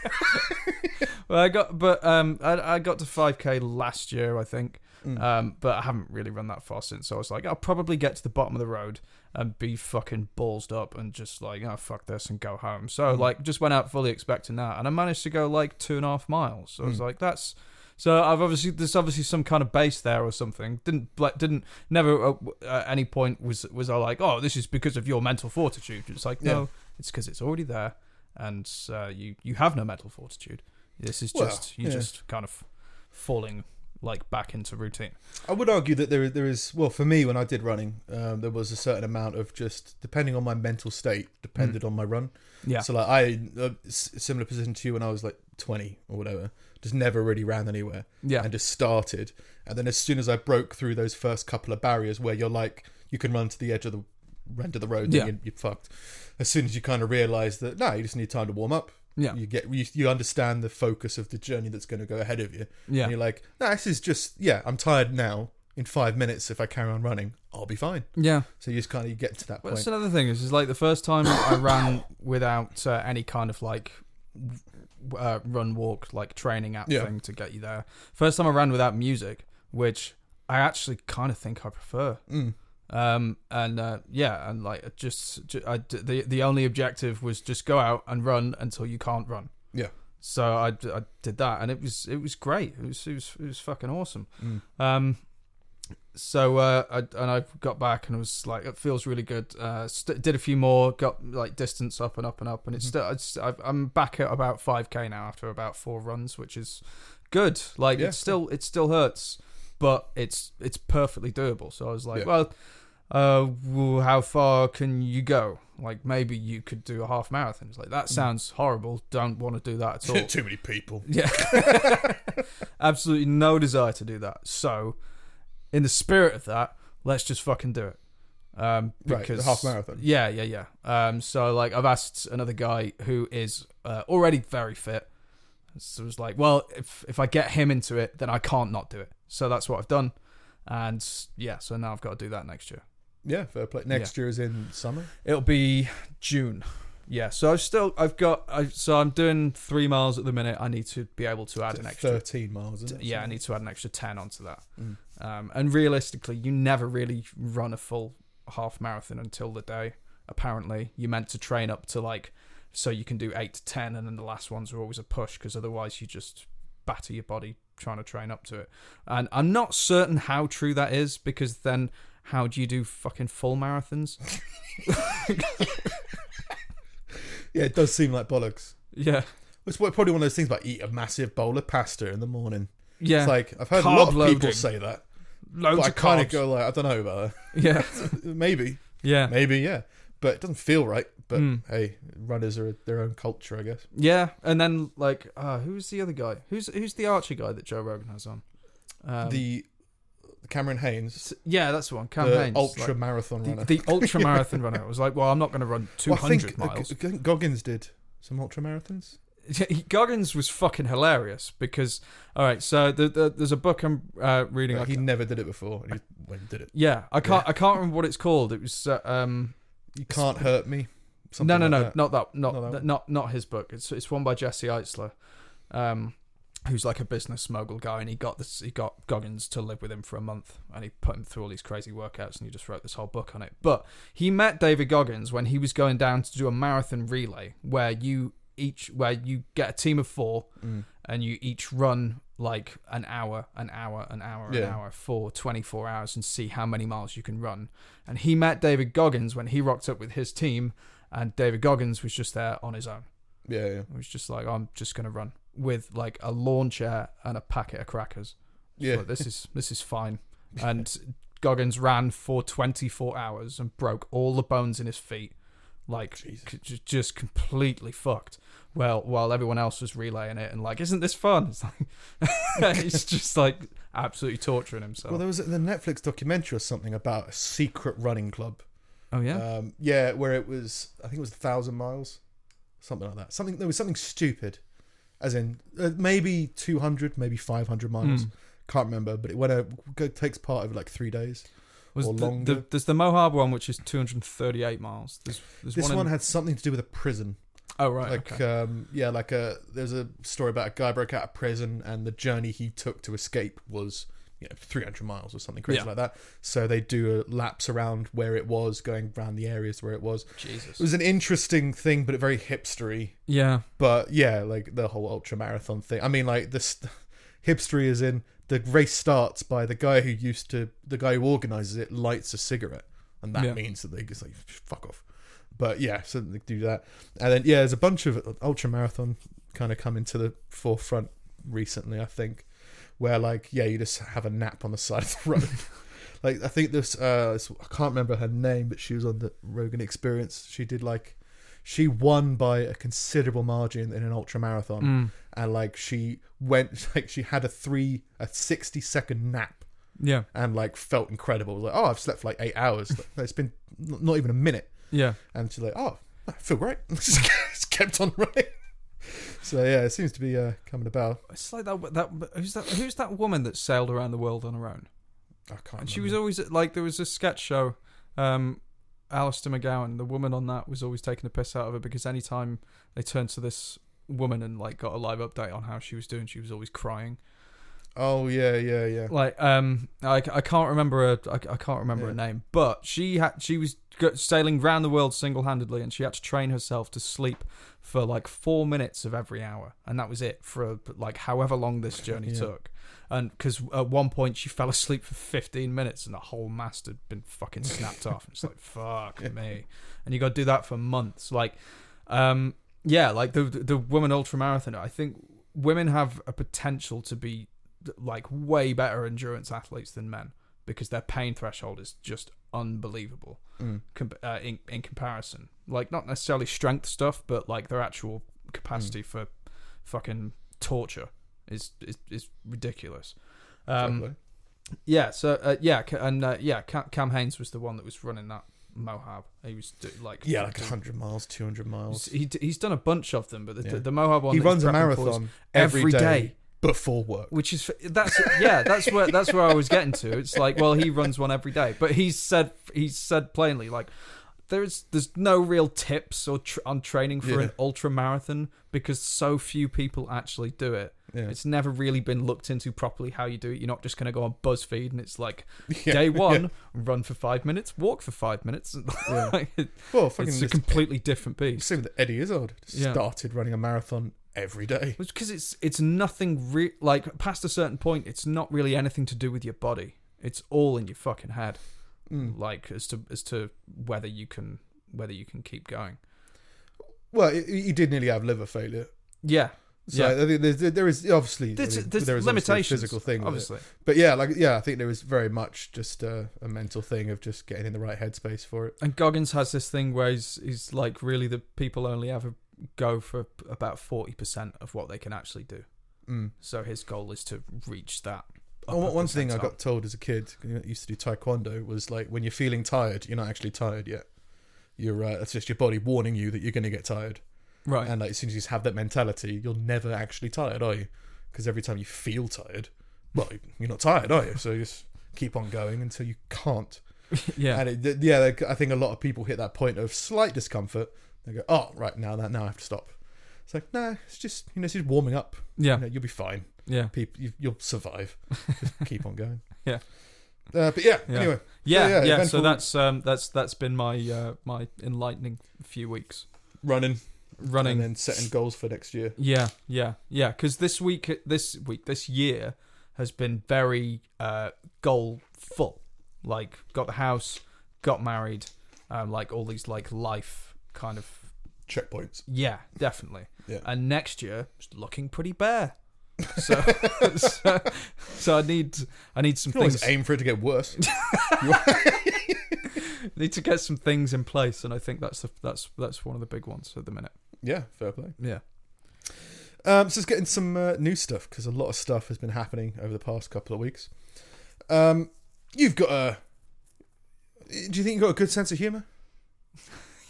S5: well, I got, but um, I, I got to five k last year, I think. Um, but I haven't really run that far since. So I was like, I'll probably get to the bottom of the road and be fucking ballsed up and just like, oh fuck this and go home. So like, just went out fully expecting that, and I managed to go like two and a half miles. So I was like, that's. So I've obviously there's obviously some kind of base there or something. Didn't like didn't never uh, at any point was was I like oh this is because of your mental fortitude. It's like no, it's because it's already there, and uh, you you have no mental fortitude. This is
S4: Well,
S5: just you
S4: yeah.
S5: just kind of falling like back into routine.
S4: I would argue that there there is well for me when I did running, um, there was a certain amount of just depending on my mental state depended on my run.
S5: Mm. Yeah.
S4: So like I uh, s- similar position to you when I was like twenty or whatever, just never really ran anywhere.
S5: Yeah.
S4: And just started, and then as soon as I broke through those first couple of barriers where you're like you can run to the edge of the end of the road,
S5: Yeah.
S4: then you, you're fucked. As soon as you kind of realise that no, you just need time to warm up.
S5: Yeah.
S4: You get you, you understand the focus of the journey that's going to go ahead of you.
S5: Yeah.
S4: And you're like, no, this is just, yeah, I'm tired now. In five minutes, if I carry on running, I'll be fine.
S5: Yeah.
S4: So you just kind of get to that
S5: Well,
S4: point.
S5: that's another thing. Is is like the first time I ran without uh, any kind of like w- uh, run walk like training app
S4: Yeah.
S5: thing to get you there. First time I ran without music, which I actually kind of think I prefer.
S4: Mm.
S5: Um and uh, yeah and like it just, ju- I d the the only objective was just go out and run until you can't run.
S4: yeah.
S5: So I, d- I did that, and it was it was great. It was it was, it was fucking awesome.
S4: Mm.
S5: Um, so uh, I, and I got back and it was like, it feels really good. Uh, st- did a few more, got like distance up and up and up, and
S4: Mm-hmm.
S5: it's still it's, I've, I'm back at about five k now after about four runs, which is good. Like
S4: Yeah.
S5: it still it still hurts, but it's it's perfectly doable. So I was like,
S4: Yeah.
S5: well, uh, well, how far can you go? Like maybe you could do a half marathon. It's like
S4: Mm.
S5: that sounds horrible. Don't want to do that at all.
S4: Too many people.
S5: yeah, absolutely no desire to do that. So, in the spirit of that, let's just fucking do it. Um,
S4: Right,
S5: because
S4: the half marathon.
S5: Yeah, yeah, yeah. Um, so like I've asked another guy who is uh, already very fit. So it was like, well, if if I get him into it, then I can't not do it. So that's what I've done, and yeah, so now I've got to do that next year.
S4: Yeah, fair play. Next year is in summer.
S5: It'll be June. Yeah, so I've still I've got I so I'm doing three miles at the minute. I need to be able to add an extra
S4: 13 miles, isn't it?
S5: yeah, I need to add an extra 10 onto that.
S4: Mm.
S5: Um, and realistically, you never really run a full half marathon until the day, apparently. You're meant to train up to like, so you can do 8 to 10, and then the last ones are always a push because otherwise you just batter your body trying to train up to it. And I'm not certain how true that is because then how do you do fucking full marathons?
S4: Yeah, it does seem like bollocks.
S5: yeah.
S4: It's what- probably one of those things like eat a massive bowl of pasta in the morning.
S5: Yeah.
S4: It's like, I've heard a
S5: Carb
S4: lot of people
S5: loading.
S4: say that.
S5: loads
S4: But I
S5: of
S4: kind of
S5: carbs.
S4: go like, I don't know about
S5: Yeah.
S4: that. Maybe.
S5: Yeah.
S4: Maybe, yeah. But it doesn't feel right. But
S5: Hmm.
S4: hey, runners are their own culture, I guess.
S5: Yeah, and then like uh, who's the other guy? Who's who's the Archer guy that Joe Rogan has on? Um,
S4: the Cameron Haynes,
S5: yeah, that's the one. Cam
S4: the
S5: Haynes,
S4: ultra
S5: like,
S4: marathon runner.
S5: the, the ultra marathon runner. I was like, well, I'm not going to run 200
S4: Well, I think, I
S5: miles.
S4: think Goggins did some ultra marathons.
S5: Yeah, Goggins was fucking hilarious because all right, so the, the, there's a book I'm uh, reading. I
S4: He
S5: ca-
S4: never did it before. And he went and did it.
S5: yeah, I can't I can't remember what it's called. It was uh, um
S4: You can't hurt me. Something
S5: no no
S4: like
S5: no not
S4: that.
S5: that not
S4: Not that
S5: not,
S4: one.
S5: not his book. It's it's one by Jesse Eitzler. Um, who's like a business mogul guy, and he got this. He got Goggins to live with him for a month, and he put him through all these crazy workouts, and he just wrote this whole book on it. But he met David Goggins when he was going down to do a marathon relay, where you each where you get a team of four, and you each run like an hour, an hour, an hour, an
S4: Yeah.
S5: hour for 24 hours and see how many miles you can run. And he met David Goggins when he rocked up with his team, and David Goggins was just there on his own.
S4: Yeah, yeah.
S5: It was just like, I'm just gonna run with like a lawn chair and a packet of crackers. It's
S4: Yeah.
S5: like, this is this is fine. And Goggins ran for 24 hours and broke all the bones in his feet, like c- j- just completely fucked. Well, while everyone else was relaying it and like, isn't this fun? It's like, it's just like absolutely torturing himself.
S4: Well, there was the Netflix documentary or something about a secret running club.
S5: oh yeah,
S4: Um, yeah, where it was, I think it was a thousand miles, something like that. Something there was something stupid, as in uh, maybe two hundred, maybe five hundred miles. Can't remember, but it went out, go- takes part of like three days.
S5: was
S4: or
S5: the- the-
S4: longer.
S5: there's the Mohab one which is 238 miles. There's, there's
S4: This
S5: one, in-
S4: one, had something to do with a prison.
S5: oh right,
S4: like
S5: okay.
S4: um yeah like a there's a story about a guy broke out of prison and the journey he took to escape was you know, 300 miles or something crazy
S5: Yeah.
S4: like that. So they do a laps around where it was, going around the areas where it was. It
S5: Jesus.
S4: was an interesting thing, but very hipstery.
S5: Yeah.
S4: But yeah, like the whole ultra marathon thing. I mean, like this hipstery is in the race starts by the guy who used to, the guy who organizes it, lights a cigarette, and that
S5: Yeah.
S4: means that they just like fuck off. But yeah, so they do that, and then yeah, there's a bunch of ultra marathon kind of come into the forefront recently. I think where like yeah, you just have a nap on the side of the road. like I think this, uh, this- I can't remember her name, but she was on the Rogan Experience. She did like she won by a considerable margin in an ultra marathon
S5: Mm.
S4: and like she went like she had a three a 60 second nap
S5: mm, Yeah.
S4: and like felt incredible like oh i've slept for like eight hours it's been n- not even a minute
S5: Yeah.
S4: and she's like oh i feel great just kept on running so yeah it seems to be uh, coming about
S5: It's like that. That who's that? Who's that woman that sailed around the world on her own?
S4: i can't
S5: And she was always like there was a sketch show. Um, Alistair McGowan, the woman on that was always taking the piss out of her because anytime they turned to this woman and like got a live update on how she was doing, she was always crying.
S4: oh yeah yeah yeah
S5: Like um, I, I can't remember her. I, I can't remember her
S4: Yeah.
S5: name, but she had she was go- sailing round the world single handedly, and she had to train herself to sleep for like four minutes of every hour, and that was it for like however long this journey
S4: Yeah.
S5: took. And because at one point she fell asleep for fifteen minutes, and the whole mast had been fucking snapped off. It's like fuck me, and you got to do that for months. Like, um, yeah, like the the woman ultra marathoner. I think women have a potential to be like way better endurance athletes than men because their pain threshold is just unbelievable
S4: Mm.
S5: com- uh, in, in comparison. Like not necessarily strength stuff, but like their actual capacity for fucking torture is is, is ridiculous. Um,
S4: Exactly.
S5: yeah. So uh, yeah, ca- and uh, yeah, Cam, Cam Haynes was the one that was running that Mohab. He was do, like
S4: yeah like
S5: doing-
S4: 100 miles 200 miles
S5: He, he's done a bunch of them, but the,
S4: Yeah.
S5: the, Mohab one
S4: he
S5: that he's
S4: runs a
S5: prepping for is-
S4: marathon
S5: every day.
S4: before work
S5: which is that's yeah that's where that's where I was getting to. It's like well he runs one every day, but he's said he's said plainly like there's there's no real tips or tr- on training for
S4: Yeah.
S5: an ultra marathon because so few people actually do it.
S4: Yeah.
S5: It's never really been looked into properly how you do it. You're not just going to go on BuzzFeed and it's like day one run for five minutes, walk for five minutes.
S4: Yeah.
S5: It-
S4: well fucking
S5: it's a
S4: this-
S5: completely different beast.
S4: same with eddie izzard just
S5: Yeah.
S4: started running a marathon every day
S5: because it's it's nothing re- like past a certain point it's not really anything to do with your body it's all in your fucking head
S4: Mm.
S5: like as to as to whether you can whether you can keep going
S4: well he he did nearly have liver failure
S5: yeah
S4: So
S5: yeah
S4: I think there's, there is obviously
S5: there's,
S4: I mean,
S5: there's
S4: there is obviously a
S5: limitations
S4: physical thing, with it.
S5: obviously
S4: But yeah, like yeah, I think there is very much just a, a mental thing of just getting in the right headspace for it.
S5: and goggins has this thing where he's, he's like really the people only ever go for about 40% of what they can actually do
S4: Mm.
S5: so his goal is to reach that
S4: Oh,
S5: upper
S4: one one thing I
S5: percentile.
S4: got told as a kid, 'cause I used to do taekwondo, was like when you're feeling tired, you're not actually tired yet. You're uh, it's just your body warning you that you're going to get tired,
S5: right
S4: and like as soon as you just have that mentality, you're never actually tired, are you? Because every time you feel tired, well, you're not tired, are you? So you just keep on going until you can't.
S5: yeah
S4: And it, th- yeah, like, I think a lot of people hit that point of slight discomfort. They go, "Oh, right now that now I have to stop." It's like, no, it's just you know, it's just warming up.
S5: yeah
S4: You know, you'll be fine.
S5: yeah
S4: People, you, you'll survive. just keep on going.
S5: Yeah.
S4: Uh, but yeah,
S5: Yeah.
S4: Anyway,
S5: Yeah,
S4: So,
S5: yeah.
S4: yeah,
S5: So
S4: eventful-
S5: that's um, that's that's been my uh, my enlightening few weeks
S4: running,
S5: running.
S4: and then setting goals for next year.
S5: yeah, yeah, yeah. Because this week, this week, this year has been very uh, goal full. Like, got the house, got married, um, like all these like life kind of.
S4: Checkpoints.
S5: Yeah, definitely.
S4: Yeah.
S5: And next year, it's looking pretty bare. So, so, so I need I need some
S4: You can always
S5: things.
S4: aim for it to get worse.
S5: Need to get some things in place, and I think that's the, that's that's one of the big ones at the minute.
S4: yeah, fair play.
S5: Yeah.
S4: Um, so let's get into some uh, new stuff because a lot of stuff has been happening over the past couple of weeks. Um, you've got a. Do you think you've got a good sense of humour?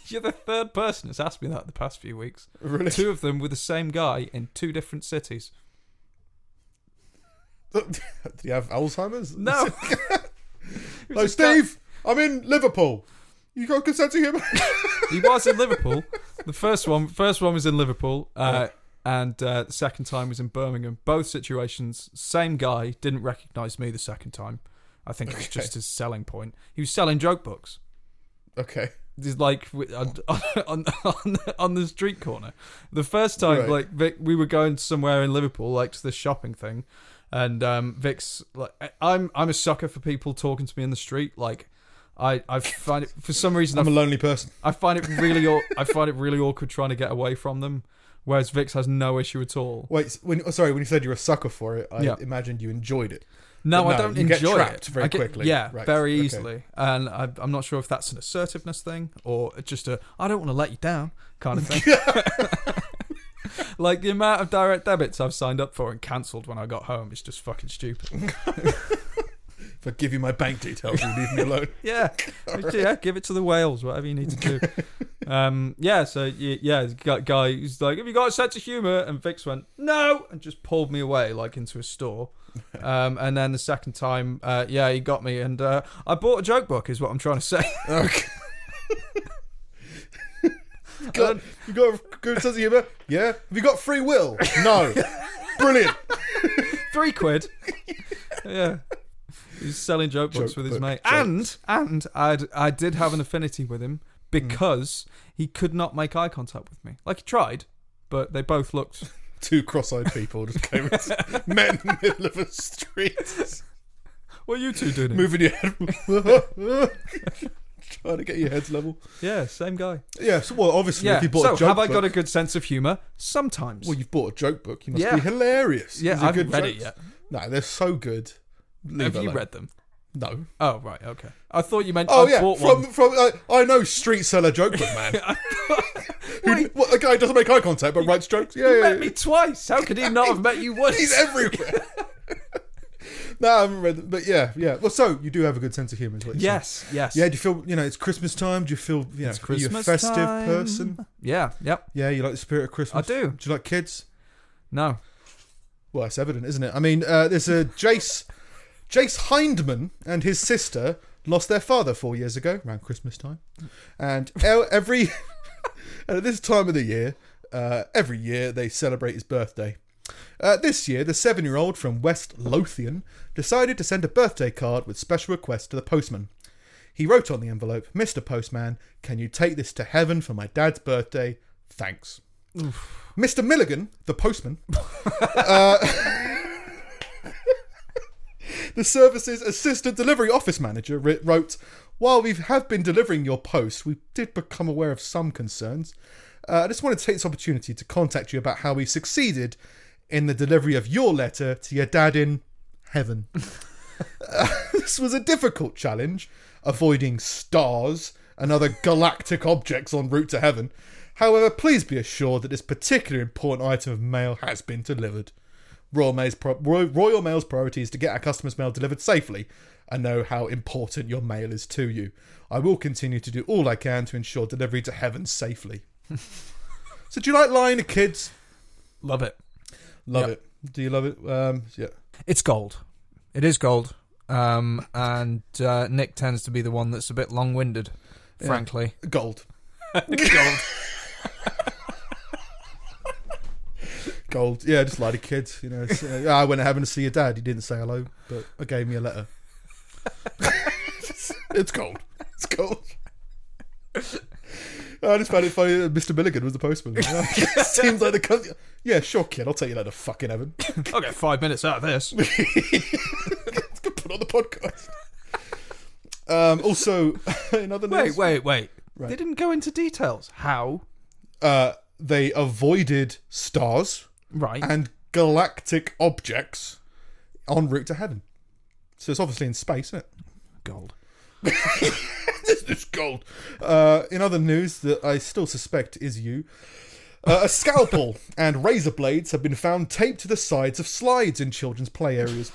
S5: You're the third person that's asked me that the past few weeks.
S4: Really?
S5: Two of them were the same guy in two different cities.
S4: Did you have Alzheimer's?
S5: No. Oh,
S4: Like, Steve, I'm in Liverpool. You got a good sense of humour?
S5: he was in Liverpool. The first one, first one was in Liverpool. Uh, and uh, the second time was in Birmingham. Both situations, same guy didn't recognise me the second time. I think it was just his selling point. He was selling joke books.
S4: Okay.
S5: There's like w- on, on, on, on the street corner. The first time,
S4: Right.
S5: like Vic, we were going somewhere in Liverpool, like to this shopping thing, and um, Vic's like, I'm I'm a sucker for people talking to me in the street. Like, I I find it for some reason
S4: I'm
S5: I've
S4: a lonely person.
S5: I find it really aw- I find it really awkward trying to get away from them, whereas Vix has no issue at all.
S4: Wait, s- when oh, sorry, when you said you're a sucker for it, I
S5: Yeah.
S4: imagined you enjoyed it.
S5: No,
S4: But
S5: I
S4: no,
S5: don't
S4: you get
S5: enjoy
S4: trapped
S5: it
S4: very
S5: I get-
S4: quickly.
S5: Yeah,
S4: Right,
S5: very
S4: okay.
S5: easily, and I, I'm not sure if that's an assertiveness thing or just a I don't want to let you down kind of thing. like the amount of direct debits I've signed up for and cancelled when I got home is just fucking stupid.
S4: If I give you my bank details, you leave me alone.
S5: Yeah, yeah, give it to the whales, whatever you need to do. um, yeah, so y- yeah, the gu- guy who's like, "Have you got a sense of humour?" And Vix went, "No," and just pulled me away like into a store. Um, and then the second time, uh, yeah, he got me, and uh, I bought a joke book, is what I'm trying to say.
S4: Okay. Got- you got a good sense of humour? Yeah. Have you got free will? No. Brilliant.
S5: Three quid. yeah. He's selling joke books
S4: Joke
S5: with his
S4: book
S5: mate, and and I I did have an affinity with
S4: Hmm.
S5: him because he could not make eye contact with me. Like he tried, but they both looked
S4: Two cross-eyed people just came and met in the middle of a street,
S5: What are you two doing?
S4: moving your head, trying to get your heads level.
S5: Yeah, same guy.
S4: Yeah. So well, obviously,
S5: Yeah.
S4: if you bought
S5: so
S4: a joke
S5: have
S4: book,
S5: I got a good sense of humour? Sometimes.
S4: well, you've bought a joke book. You must
S5: Yeah.
S4: be hilarious.
S5: yeah,
S4: These are
S5: I've
S4: good
S5: read it
S4: jokes.
S5: yet.
S4: No, they're so good. Leave
S5: have
S4: it
S5: you
S4: alone.
S5: read them?
S4: No.
S5: Oh right, okay. I thought you meant.
S4: Oh
S5: I
S4: yeah,
S5: bought
S4: from
S5: one.
S4: from uh, I know street seller joke book man. Who, what, a guy doesn't make eye contact but writes jokes. Yeah,
S5: You
S4: yeah,
S5: met
S4: yeah.
S5: me twice. How could he not have met you once?
S4: he's everywhere. no, I haven't read, them, but yeah, yeah. Well, so you do have a good sense of humour. is what you're saying.
S5: yes, yes.
S4: Yeah, do you feel you know it's Christmas time? Do you feel you know
S5: It's
S4: are you a
S5: Christmas
S4: festive
S5: time.
S4: person?
S5: Yeah. Yep.
S4: Yeah, you like the spirit of Christmas.
S5: I do.
S4: Do you like kids?
S5: No.
S4: Well, that's evident, isn't it? I mean, uh, there's a Jace, Jace Hindman and his sister lost their father four years ago around Christmas time, and el- every and at this time of the year, uh, every year they celebrate his birthday. Uh, this year, the seven-year-old from West Lothian decided to send a birthday card with special request to the postman. He wrote on the envelope, "Mr. Postman, can you take this to heaven for my dad's birthday? Thanks." Mr. Milligan, the postman, The service's assistant delivery office manager wri- wrote, "While we have been delivering your post, we did become aware of some concerns. Uh, I just wanted to take this opportunity to contact you about how we succeeded in the delivery of your letter to your dad in heaven. Uh, this was a difficult challenge, avoiding stars and other galactic objects en route to heaven. However, please be assured that this particular important item of mail has been delivered." Royal Mail's, pro- Roy- Royal Mail's priority is to get our customers' mail delivered safely and know how important your mail is to you. I will continue to do all I can to ensure delivery to heaven safely. so, do you like lying to kids?
S5: Love it.
S4: Love
S5: Yep.
S4: it. Do you love it? Um, yeah.
S5: It's gold. It is gold. Um, and uh, Nick tends to be the one that's a bit long-winded. Frankly,
S4: Gold.
S5: gold.
S4: Gold. Yeah, just lie to kids. You know, it's, uh, I went to heaven to see your dad. He didn't say hello, but I gave me a letter. it's gold. It's gold. I just found it funny that Mr. Milligan was the postman. Seems like the country. Yeah, sure, kid. I'll take you letter to fucking heaven.
S5: I'll get five minutes out of this.
S4: Put on the podcast. Um, also, in other news,
S5: Wait, wait, wait. They didn't go into details. How?
S4: Uh, they avoided stars
S5: Right.
S4: and galactic objects en route to heaven. So it's obviously in space, isn't it?
S5: gold.
S4: It's gold. Uh, in other news that I still suspect is you, uh, a scalpel and razor blades have been found taped to the sides of slides in children's play areas.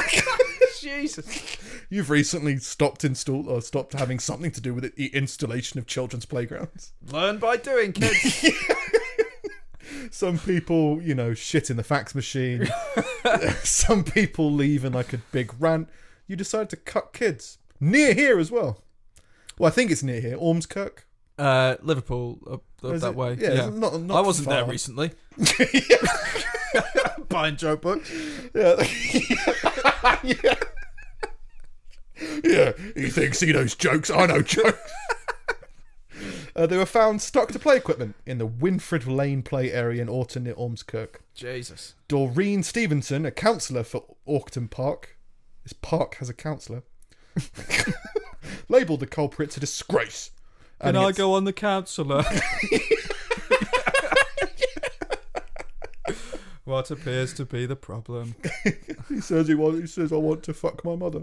S5: Jesus.
S4: You've recently stopped install or stopped having something to do with the installation of children's playgrounds.
S5: Learn by doing, kids.
S4: Some people, you know, shit in the fax machine. Some people leave in like a big rant. You decide to cut kids near here as well. Well, I think it's near here, Ormskirk.
S5: uh, Liverpool, up th-
S4: Is
S5: that
S4: it-
S5: way.
S4: Yeah, it's Not, not
S5: I wasn't there
S4: far.
S5: recently.
S4: buying joke books. Yeah. yeah. Yeah. You think see those jokes? I know jokes. Uh, they were found stocked to play equipment in the Winfred Lane play area in Orton near Ormskirk.
S5: Jesus.
S4: Doreen Stevenson, a councillor for Orkton Park, this park has a councillor, labelled the culprits a disgrace.
S5: Can
S4: And
S5: I
S4: it's-
S5: go on the counsellor? what appears to be the problem?
S4: He says he wants. He says I want to fuck my mother.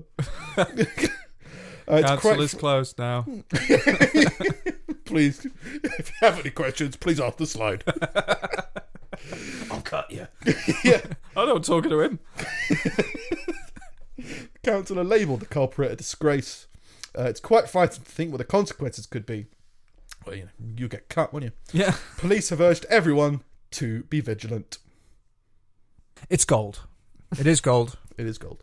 S4: Uh, it's quite- Hmm.
S5: Counsellor's closed now.
S4: please, if you have any questions, please ask the slide.
S5: I'll cut you. I don't talk to him.
S4: Councillor labelled the culprit a disgrace. Uh, it's quite frightening to think what the consequences could be. Well, you know, you get cut, won't you?
S5: Yeah.
S4: Police have urged everyone to be vigilant.
S5: It's gold. It is gold.
S4: It is gold.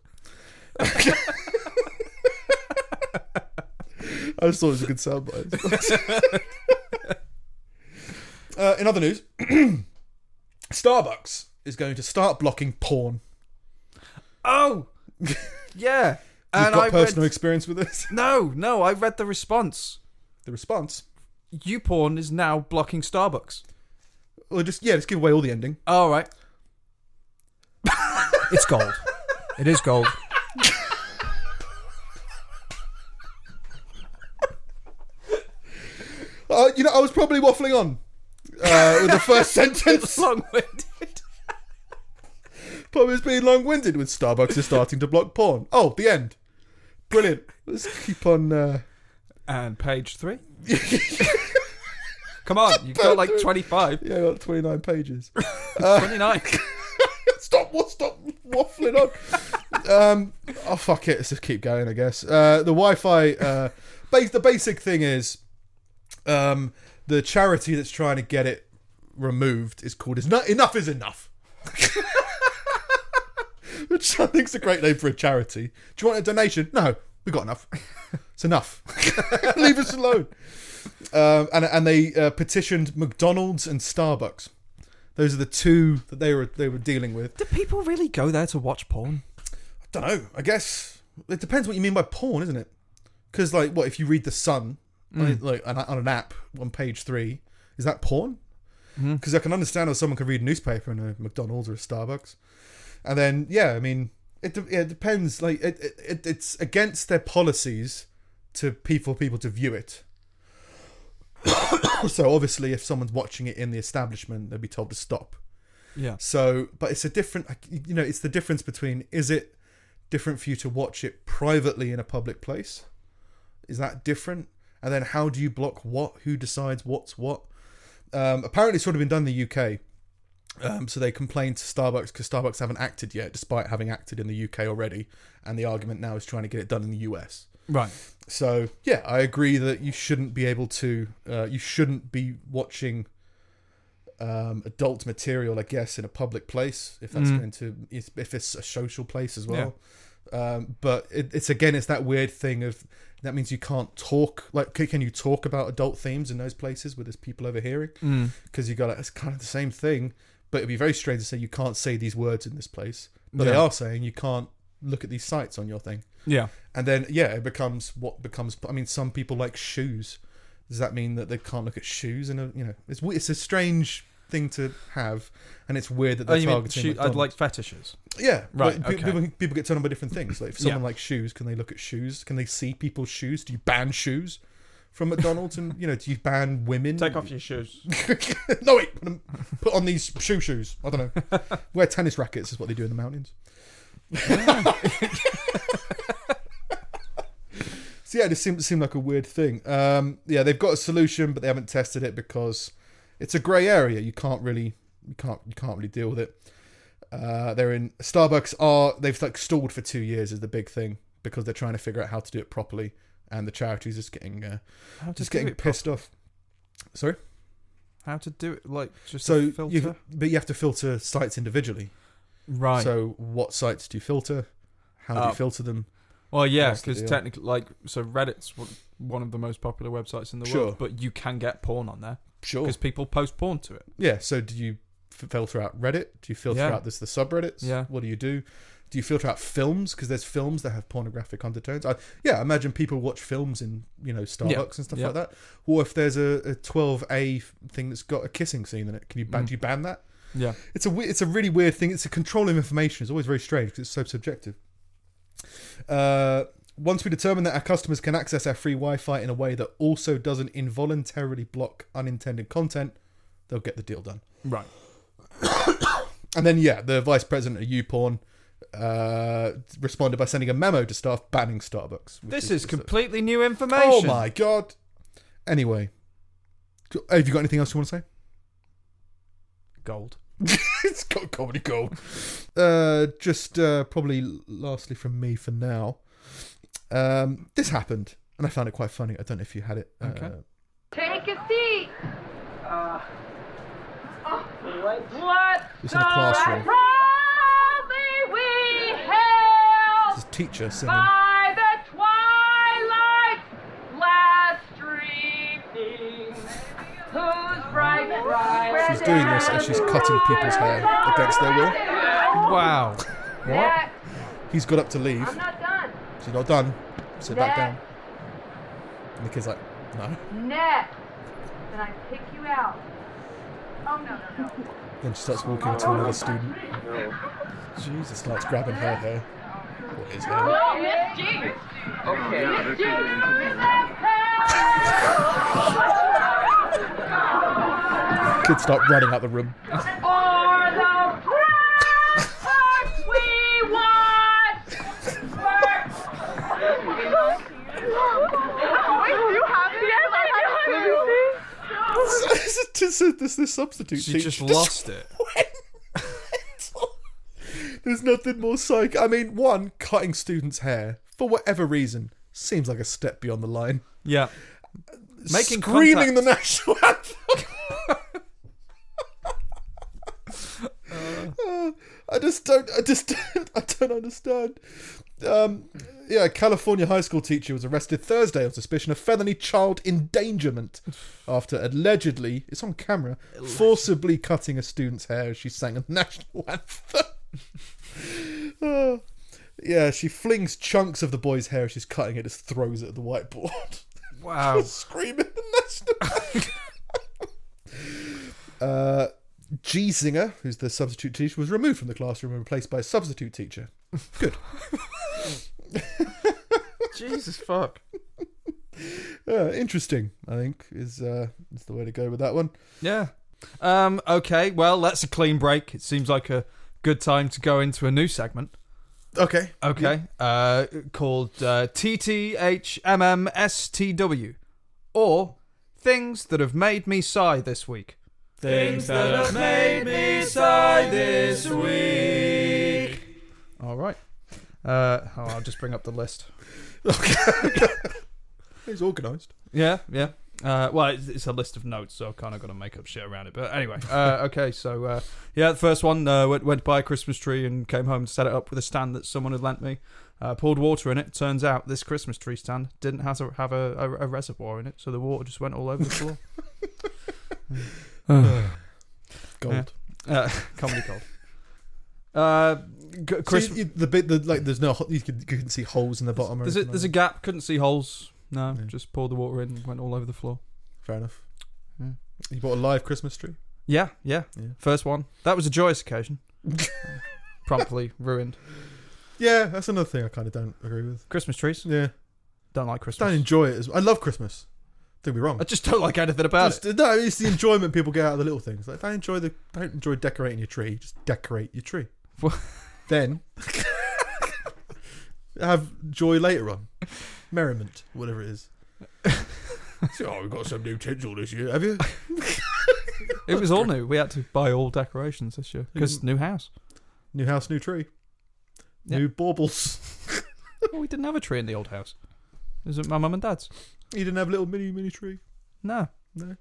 S4: I just thought it was a good soundbite. uh, in other news, Starbucks is going to start blocking porn.
S5: Oh, yeah.
S4: You've
S5: and
S4: got
S5: I
S4: personal
S5: read,
S4: experience with this.
S5: no, no, I read the response.
S4: The response.
S5: YouPorn is now blocking Starbucks.
S4: Well, just yeah, just give away all the ending.
S5: All right.
S6: It's gold. It is gold.
S4: Uh, you know, I was probably waffling on uh, with the first sentence.
S5: It's long-winded.
S4: Probably was being long-winded with Starbucks is starting to block porn. Oh, the end. Brilliant. Let's keep on. Uh,
S5: And page three. Come on, you've got like 25,
S4: yeah, I got twenty-nine pages.
S5: 29.
S4: stop, wa- stop waffling on. um, oh fuck it, let's just keep going. I guess uh, the Wi-Fi. Uh, base, the basic thing is, um, the charity that's trying to get it removed is called "Is Not Enough Is Enough," which I think's a great name for a charity. Do you want a donation? No, we got enough. It's enough. Leave us alone. Um, and and they uh, petitioned McDonald's and Starbucks. Those are the two that they were they were dealing with.
S5: Do people really go there to watch porn?
S4: Don't know. I guess it depends what you mean by porn, isn't it? Because like, what if you read the Sun, like, like on, on an app on page three? Is that porn? Because I can understand how someone can read a newspaper in a McDonald's or a Starbucks, and then yeah, I mean, it de- yeah, it depends. Like, it, it, it it's against their policies to people people to view it. so obviously, if someone's watching it in the establishment, they'd be told to stop.
S5: Yeah.
S4: So, but it's a different, you know, it's the difference between is it different for you to watch it privately in a public place? Is that different? And then how do you block what? Who decides what's what? Um, apparently, it's sort of been done in the UK. Um, so they complained to Starbucks because Starbucks haven't acted yet, despite having acted in the UK already. And the argument now is trying to get it done in the US.
S5: Right.
S4: So yeah, I agree that you shouldn't be able to, uh, you shouldn't be watching um, adult material, I guess, in a public place if that's going to, if if it's a social place as well. Um, but it, it's again, it's that weird thing of that means you can't talk. Like, c- can you talk about adult themes in those places where there's people overhearing? Because you got it's kind of the same thing, but it'd be very strange to say you can't say these words in this place, but they
S5: Yeah.
S4: are saying you can't look at these sites on your thing
S5: Yeah.
S4: and then yeah it becomes what becomes i mean some people like shoes does that mean that they can't look at shoes and you know it's w- it's a strange thing to have and it's weird that
S5: Oh,
S4: they're
S5: you mean
S4: targeting
S5: shoot, I'd
S4: McDonald's.
S5: like fetishes.
S4: yeah
S5: Right,
S4: like, pe-
S5: okay.
S4: people, people get turned on by different things like if someone
S5: Yeah.
S4: likes shoes can they look at shoes can they see people's shoes do you ban shoes from mcdonald's and you know do you ban women
S5: Take off your shoes.
S4: no wait put, 'em- put on these shoe shoes i don't know wear tennis rackets is what they do in the mountains so yeah it just seemed, seemed like a weird thing um, yeah they've got a solution but they haven't tested it because it's a grey area you can't really you can't you can't really deal with it uh, they're in starbucks are they've like stalled for two years is the big thing because they're trying to figure out how to do it properly and the charity's just getting uh,
S5: How to
S4: just
S5: do
S4: getting
S5: it,
S4: pissed off sorry
S5: How to do it? Like just
S4: so
S5: a filter.
S4: you but you have to filter sites individually.
S5: right.
S4: So what sites do you filter? How do
S5: Oh.
S4: you filter them?
S5: well, yeah,
S4: What's the
S5: because
S4: deal?
S5: technically, like, so Reddit's one- one of the most popular websites in the
S4: Sure.
S5: world, but you can get porn on there.
S4: Sure.
S5: because people post porn to it.
S4: Yeah. So do you f- filter out Reddit? Do you filter
S5: Yeah.
S4: out this the subreddits?
S5: Yeah.
S4: What do you do? Do you filter out films because there's films that have pornographic undertones? I, yeah, I imagine people watch films in you know Starbucks
S5: Yeah.
S4: and stuff
S5: Yeah.
S4: like that. Or if there's a twelve A thing that's got a kissing scene in it, can you ban?
S5: Mm.
S4: Do you ban that?
S5: Yeah,
S4: It's a we- it's a really weird thing. It's a control of information. It's always very strange because it's so subjective. Uh, once we determine that our customers can access our free Wi-Fi in a way that also doesn't involuntarily block unintended content, they'll get the deal done.
S5: right.
S4: And then, yeah, the vice president of UPorn uh, responded by sending a memo to staff banning Starbucks. which
S5: This is
S4: just a-
S5: completely new information.
S4: Oh my god! Anyway, Co- have you got anything else you want to say?
S5: Gold.
S4: it's got comedy gold. Uh, just uh, probably lastly from me for now. Um, this happened, and I found it quite funny. I don't know if you had it.
S5: Okay.
S4: Uh,
S7: Take a seat.
S4: oh.
S7: what?
S4: It's in a classroom.
S7: proudly we hailed
S4: this teacher singing.
S7: by the twilight's last streaming, whose bright rise
S4: She's doing this and she's cutting people's hair against their will.
S5: Wow.
S7: That,
S4: He's got up to leave.
S7: I'm not done.
S4: She's not done. Sit back
S7: That-
S4: down. And the kid's like, no.
S7: Next, then I pick you out. Oh no no no.
S4: Then she starts walking to another student. Jesus starts grabbing her hair. What is hair?
S7: Oh, Miss G. Okay. Miss G.
S4: Kids start running out the room.
S7: For the proud we want. Wait, do you have it? Yes, I have it.
S4: this is this, is- this, this substitute
S5: She
S4: teacher
S5: just lost it.
S4: There's nothing more psych. I mean, one, cutting students' hair for whatever reason seems like a step beyond the line.
S5: Yeah. Making
S4: Screaming
S5: contact.
S4: the national anthem. Uh, I just don't. I just. I don't understand. Um, yeah, a California high school teacher was arrested Thursday on suspicion of felony child endangerment after allegedly, it's on camera, forcibly cutting a student's hair as she sang a national anthem. Uh, yeah, she flings chunks of the boy's hair as she's cutting it, just throws it at the whiteboard
S5: Wow.
S4: screaming the national uh, G Singer, who's the substitute teacher, was removed from the classroom and replaced by a substitute teacher.
S5: Jesus fuck.
S4: Uh, interesting, I think, is uh, is the way to go with that one.
S5: Yeah. Um, okay, well, that's a clean break. It seems like a good time to go into a new segment.
S4: Okay.
S5: Okay. Uh, called uh, TTHMMSTW or Things That Have Made Me Sigh This Week. Things That Have Made Me Sigh This Week. All right. Uh, oh, I'll just bring up the list.
S4: He's organised.
S5: Yeah, yeah. Uh, well, it's, it's a list of notes, so I've kind of got to make up shit around it. But anyway, uh, okay, so uh, yeah, the first one uh, went, went to buy a Christmas tree and came home and set it up with a stand that someone had lent me. Uh, poured water in it. Turns out this Christmas tree stand didn't have to have a, a, a reservoir in it, so the water just went all over the floor.
S4: Gold.
S5: Yeah. uh, comedy gold. Uh, g-
S4: Chris,
S5: Chris,
S4: the bit that like there's no ho- you can, you can see holes in the bottom. or
S5: there's a,
S4: anything
S5: there's a
S4: like
S5: gap. Couldn't see holes. No,
S4: Yeah.
S5: just poured the water in and went all over the floor.
S4: that. fair enough.
S5: Yeah.
S4: You bought a live Christmas tree.
S5: Yeah, yeah,
S4: Yeah.
S5: First one. That was a joyous occasion. Promptly ruined.
S4: Yeah, that's another thing I kind of don't agree with.
S5: Christmas trees.
S4: Yeah,
S5: Don't like
S4: don't
S5: Christmas.
S4: enjoy it. As, I love Christmas. Don't be wrong.
S5: I just don't like anything about
S4: Just-
S5: it.
S4: No, it's the enjoyment people get out of the little things. Like, don't enjoy the don't enjoy decorating your tree. Just decorate your tree.
S5: What?
S4: Then have joy later on, merriment, whatever it is. So, oh, we've got some new tinsel this year. Have you?
S5: It was all new. We had to buy all decorations this year because
S4: Mm.
S5: new house.
S4: New house, new tree,
S5: Yeah.
S4: new baubles.
S5: Well, we didn't have a tree in the old house. It was at my mum and dad's.
S4: You didn't have a little mini mini tree.
S5: No,
S4: No,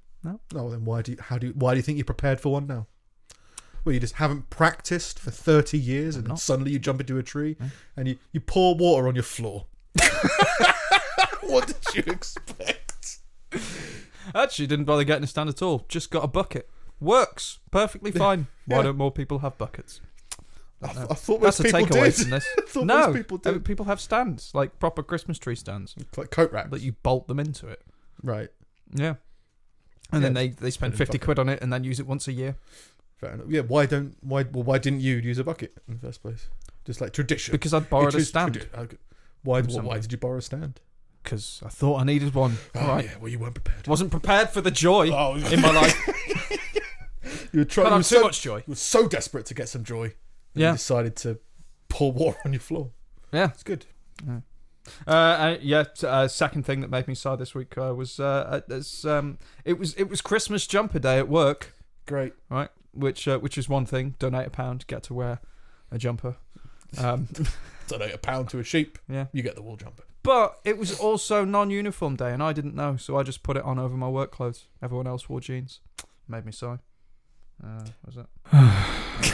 S4: Oh, then why do you, how do you, why do you think you're prepared for one now? Well, you just haven't practiced for thirty years, and then
S5: not.
S4: suddenly you jump into a tree and you, you pour water on your floor. what did you expect?
S5: Actually, didn't bother getting a stand at all. Just got a bucket. Works perfectly fine. Why
S4: Yeah.
S5: don't more people have buckets?
S4: I, th- I thought most
S5: That's a
S4: people
S5: takeaway
S4: did.
S5: from this.
S4: I thought
S5: no,
S4: most people did.
S5: uh, people have stands like proper Christmas tree stands
S4: like coat wrap.
S5: that you bolt them into it.
S4: Right.
S5: Yeah, and then
S4: Yeah,
S5: they they spend
S4: put in
S5: fifty
S4: bucket.
S5: quid on it and then use it once a year
S4: Fair enough. Yeah. Why don't why well why didn't you use a bucket in the first place? Just like tradition.
S5: because I borrowed
S4: It
S5: a
S4: is
S5: stand
S4: tradi- okay. Why
S5: From
S4: why- why
S5: somewhere.
S4: did you borrow a stand?
S5: because I thought I needed one.
S4: Oh,
S5: right,
S4: yeah. Well, you weren't prepared.
S5: wasn't prepared for the joy
S4: Oh,
S5: in my life.
S4: you were trying.
S5: God,
S4: you
S5: I'm
S4: were
S5: too
S4: so,
S5: much joy.
S4: You were so desperate to get some joy. that
S5: Yeah.
S4: You decided to pour water on your floor.
S5: Yeah.
S4: It's good.
S5: Uh, uh, yeah. t- Uh, second thing that made me sad this week uh, was uh, uh, it's, um, it was it was Christmas jumper day at work,
S4: Great.
S5: right? Which uh, which is one thing. Donate a pound, get to wear a jumper. Um,
S4: Donate a pound to a sheep.
S5: Yeah.
S4: You get the wool jumper.
S5: but it was also non-uniform day, and I didn't know, so I just put it on over my work clothes. Everyone else wore jeans. Made me sigh. Uh, what was that?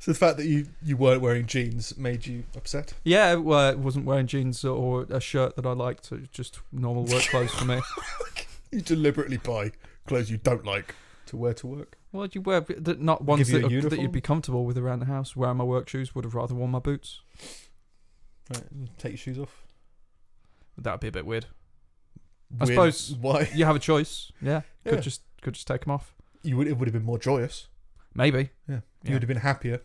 S4: So the fact that you you weren't wearing jeans made you upset.
S5: Yeah, it wa- it wasn't wearing jeans or a shirt that I liked. It was just normal work clothes for me.
S4: You deliberately buy clothes you don't like to wear to work.
S5: What do you wear? Th- th- Not ones
S4: Give you
S5: that,
S4: a
S5: that
S4: uniform?
S5: you'd be comfortable with around the house. Wearing my work shoes, would have rather worn my boots.
S4: Right. and Take your shoes off.
S5: That would be a bit weird. I
S4: Weird.
S5: suppose-
S4: why
S5: You have a choice. Yeah,
S4: Yeah.
S5: could just could just take them off.
S4: you would it would have been more joyous.
S5: Maybe
S4: Yeah. You
S5: Yeah.
S4: would have been happier.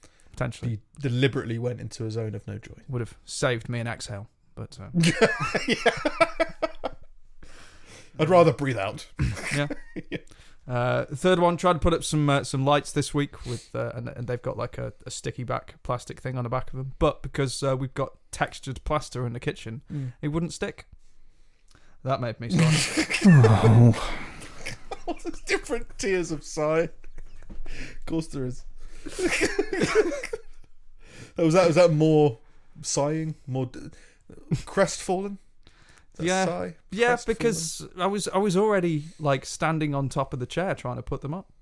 S4: But
S5: potentially
S4: you deliberately went into a zone of no joy.
S5: would have saved me an exhale. But uh,
S4: I'd rather breathe out.
S5: Uh, third one, tried to put up some uh, some lights this week with, uh, and, and they've got like a, a sticky back plastic thing on the back of them. But because uh, we've got textured plaster in the kitchen,
S4: Mm.
S5: it wouldn't stick. That made me sad.
S4: There's different tiers of sigh. Of course there is. that was that was that more sighing, more d- crestfallen? That
S5: Yeah.
S4: Sigh?
S5: yeah,
S4: Crestfallen?
S5: because I was I was already like standing on top of the chair trying to put them up.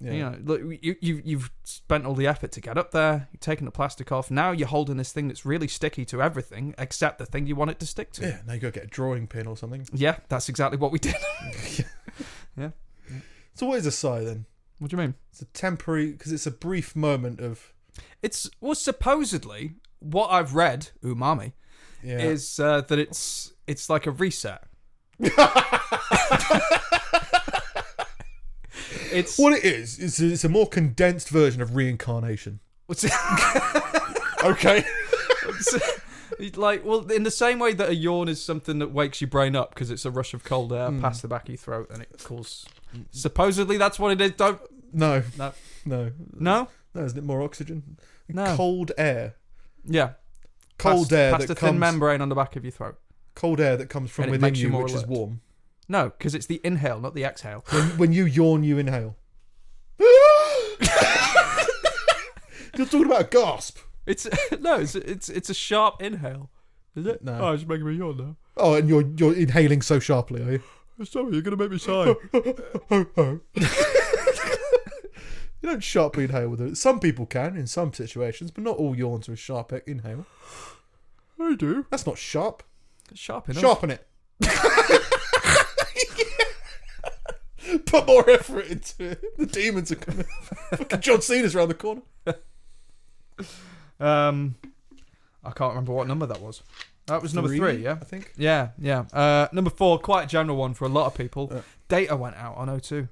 S4: Yeah.
S5: You know, look, you, you you've spent all the effort to get up there. You've taken the plastic off. Now you're holding this thing that's really sticky to everything except the thing you want it to stick to.
S4: Yeah, now you go get a drawing pin or something.
S5: yeah that's exactly what we did.
S4: So what is a sigh then?
S5: what do you mean?
S4: It's a temporary because it's a brief moment of
S5: It's well, supposedly what I've read, umami,
S4: yeah.
S5: is uh, that it's it's like a reset. it's
S4: what it is, is it's a more condensed version of reincarnation.
S5: what's
S4: Okay.
S5: it's uh, like well, in the same way that a yawn is something that wakes your brain up because it's a rush of cold air
S4: Hmm.
S5: past the back of your throat and it causes. Supposedly that's what it is. Don't
S4: No.
S5: No.
S4: No.
S5: no
S4: No, isn't it more oxygen?
S5: no
S4: Cold air.
S5: yeah
S4: Cold
S5: past,
S4: air
S5: past
S4: that
S5: a thin
S4: comes
S5: membrane on the back of your throat.
S4: cold air that comes from
S5: And it
S4: within
S5: makes you
S4: you,
S5: more
S4: which is
S5: alert.
S4: warm.
S5: No, because it's the inhale, not the exhale.
S4: When, when you yawn, you inhale. You're talking about a gasp.
S5: It's no, it's it's it's a sharp inhale. Is it?
S4: No.
S5: Oh, it's making me yawn now.
S4: Oh, and you're you're inhaling so sharply, are you?
S5: Sorry, you're gonna make me sigh.
S4: You don't sharply inhale with it. Some people can in some situations, but not all yawns are a sharp e- inhale.
S5: I do.
S4: That's not sharp.
S5: Sharp enough.
S4: Sharpen it. Put more effort into it. The demons are coming. Fucking John Cena's around the corner.
S5: Um, I can't remember what number that was. That was number three. yeah.
S4: I think.
S5: Yeah, yeah. Uh, number four, quite a general one for a lot of people.
S4: Yeah.
S5: Data went out on O2.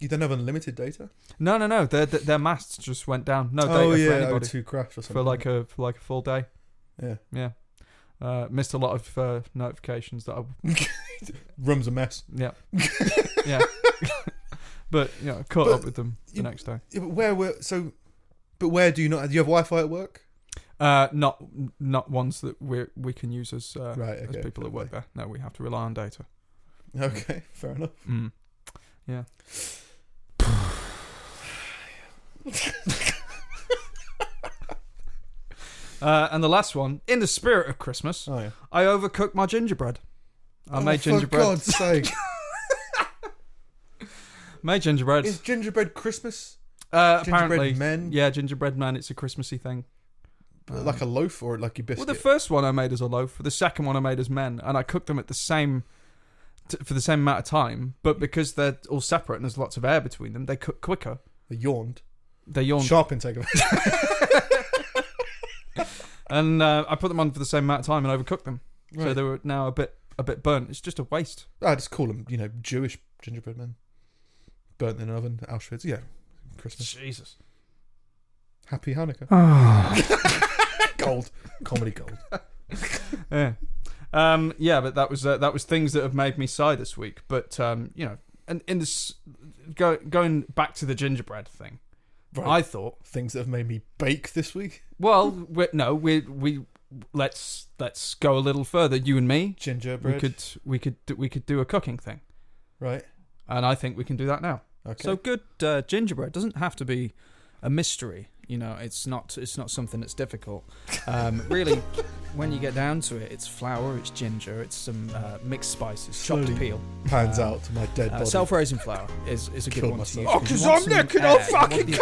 S4: You don't have unlimited data. Oh,
S5: No, no, no. Their their, their masts just went down. No data for anybody
S4: O2 crashed or something.
S5: for like a for like a full day.
S4: yeah,
S5: Yeah. Uh, missed a lot of uh, notifications that I
S4: room's a mess.
S5: yeah yeah. but you know, caught
S4: But
S5: up with them the
S4: you-
S5: next day.
S4: Yeah, but where were so? But where do you not? Do you have Wi-Fi at work?
S5: Uh, not not ones that we we can use as uh,
S4: Right,
S5: as
S4: okay,
S5: people that work
S4: okay.
S5: there. No, we have to rely on data.
S4: Okay, fair enough.
S5: Mm. Yeah. uh, and the last one, in the spirit of Christmas,
S4: Oh yeah.
S5: I overcooked my gingerbread. I
S4: oh,
S5: made
S4: For
S5: gingerbread.
S4: God's sake,
S5: Made gingerbread.
S4: is gingerbread Christmas
S5: uh,
S4: gingerbread
S5: apparently,
S4: men?
S5: Yeah, gingerbread man. It's a Christmassy thing.
S4: like a
S5: Um,
S4: loaf or like your biscuit?
S5: Well, the first one I made as a loaf. The second one I made as men, and I cooked them at the same
S8: t- for the same amount of time, but because they're all separate and there's lots of air between them, they cook quicker.
S4: They yawned.
S8: They yawn.
S4: Sharp intake of air.
S8: and uh, I put them on for the same amount of time and overcooked them, so
S4: Right.
S8: they were now a bit a bit burnt. It's just a waste.
S4: I just call them, you know, Jewish gingerbread men. Burnt in an oven, Auschwitz. Yeah, Christmas.
S8: Jesus.
S4: Happy Hanukkah.
S8: Ah.
S4: Gold. Comedy gold.
S8: yeah. Um, yeah, but that was uh, that was things that have made me sigh this week. But um, you know, and in this go, going back to the gingerbread thing, I thought,
S4: Things that have made me bake this week.
S8: well, we no, we we let's let's go a little further. You and me,
S4: Gingerbread.
S8: we could we could do- we could do a cooking thing,
S4: Right.
S8: and I think we can do that now.
S4: Okay.
S5: So good uh, gingerbread doesn't have to be a mystery. You know, it's not it's not something that's difficult. Um, really, when you get down to it, it's flour, it's ginger, it's some uh, mixed spices, chopped
S4: Slowly.
S5: peel.
S4: pans
S5: uh,
S4: out to my dead
S5: Uh,
S4: body.
S5: self-raising flour is, is a good
S4: Killed
S5: one
S4: myself.
S5: to use. 'cause you want some air, you want the ability to make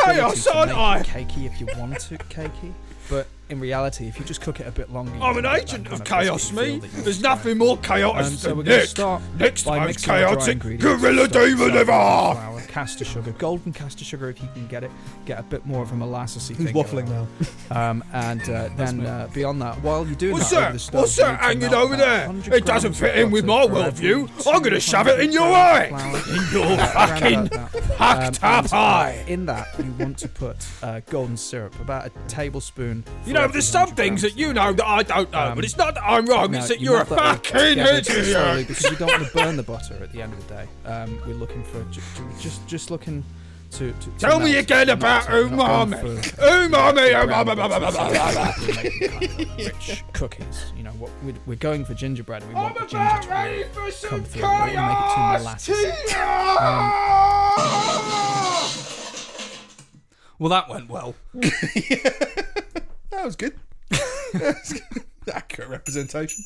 S5: it
S8: I?
S5: Cakey if you want to, cakey. But in reality, if you just cook it a bit longer, you can make that kind biscuit you feel that you want to try.
S6: more chaotic
S5: Um, so we're going to start
S6: Next
S5: by
S6: time's
S5: mixing our dry
S6: chaotic.
S5: ingredients.
S6: Gorilla
S5: So,
S6: David
S5: so,
S6: ever.
S5: Flour, caster sugar, golden caster sugar if you can get it. Get a bit more of a molassesy
S4: Who's
S5: thing.
S4: waffling now?
S5: now? Um, and uh, then
S8: me.
S5: uh, beyond that, while you're doing
S6: What's
S5: that, over
S6: that?
S5: the stove,
S6: What's
S5: you
S6: that
S5: need to
S6: hanging
S5: melt
S6: over
S5: about
S6: there?
S5: 100
S6: It doesn't
S5: grams
S6: fit
S5: of
S6: in with
S5: butter
S6: my
S5: for every
S6: worldview. I'm gonna
S5: 200
S6: shove it in your
S5: grams of
S6: eye.
S5: flour.
S6: In your
S5: Around
S6: fucking
S5: about that.
S6: hacked
S5: Um,
S6: up
S5: and, uh,
S6: eye.
S5: In that, you want to put uh, golden syrup, about a tablespoon.
S6: You
S5: for
S6: know,
S5: every
S6: there's some
S5: 100
S6: things
S5: grams.
S6: that you know that I don't know,
S5: Um,
S6: but it's not that I'm wrong,
S5: No,
S6: it's that
S5: you
S6: you're a
S5: want that all
S6: fucking
S5: together just slowly
S6: idiot!
S5: Because you don't want to burn the butter at the end of the day. Um, we're looking for ju- ju- just just looking to. to, to
S6: Tell me
S5: melt,
S6: again
S5: not
S6: about
S5: to- not
S6: umami.
S5: going for
S6: Umami,
S5: the
S6: umami,
S5: ground butter, so
S6: umami, umami.
S5: we're making kind of Rich cookies. You know what? We're, we're going for gingerbread. and We
S6: I'm
S5: want the ginger
S6: about
S5: to
S6: ready
S5: really
S6: for some
S5: come through. We want to make it too
S6: chaos!
S5: molasses. Um,
S8: Well, that went well.
S4: That was good. Accurate representation.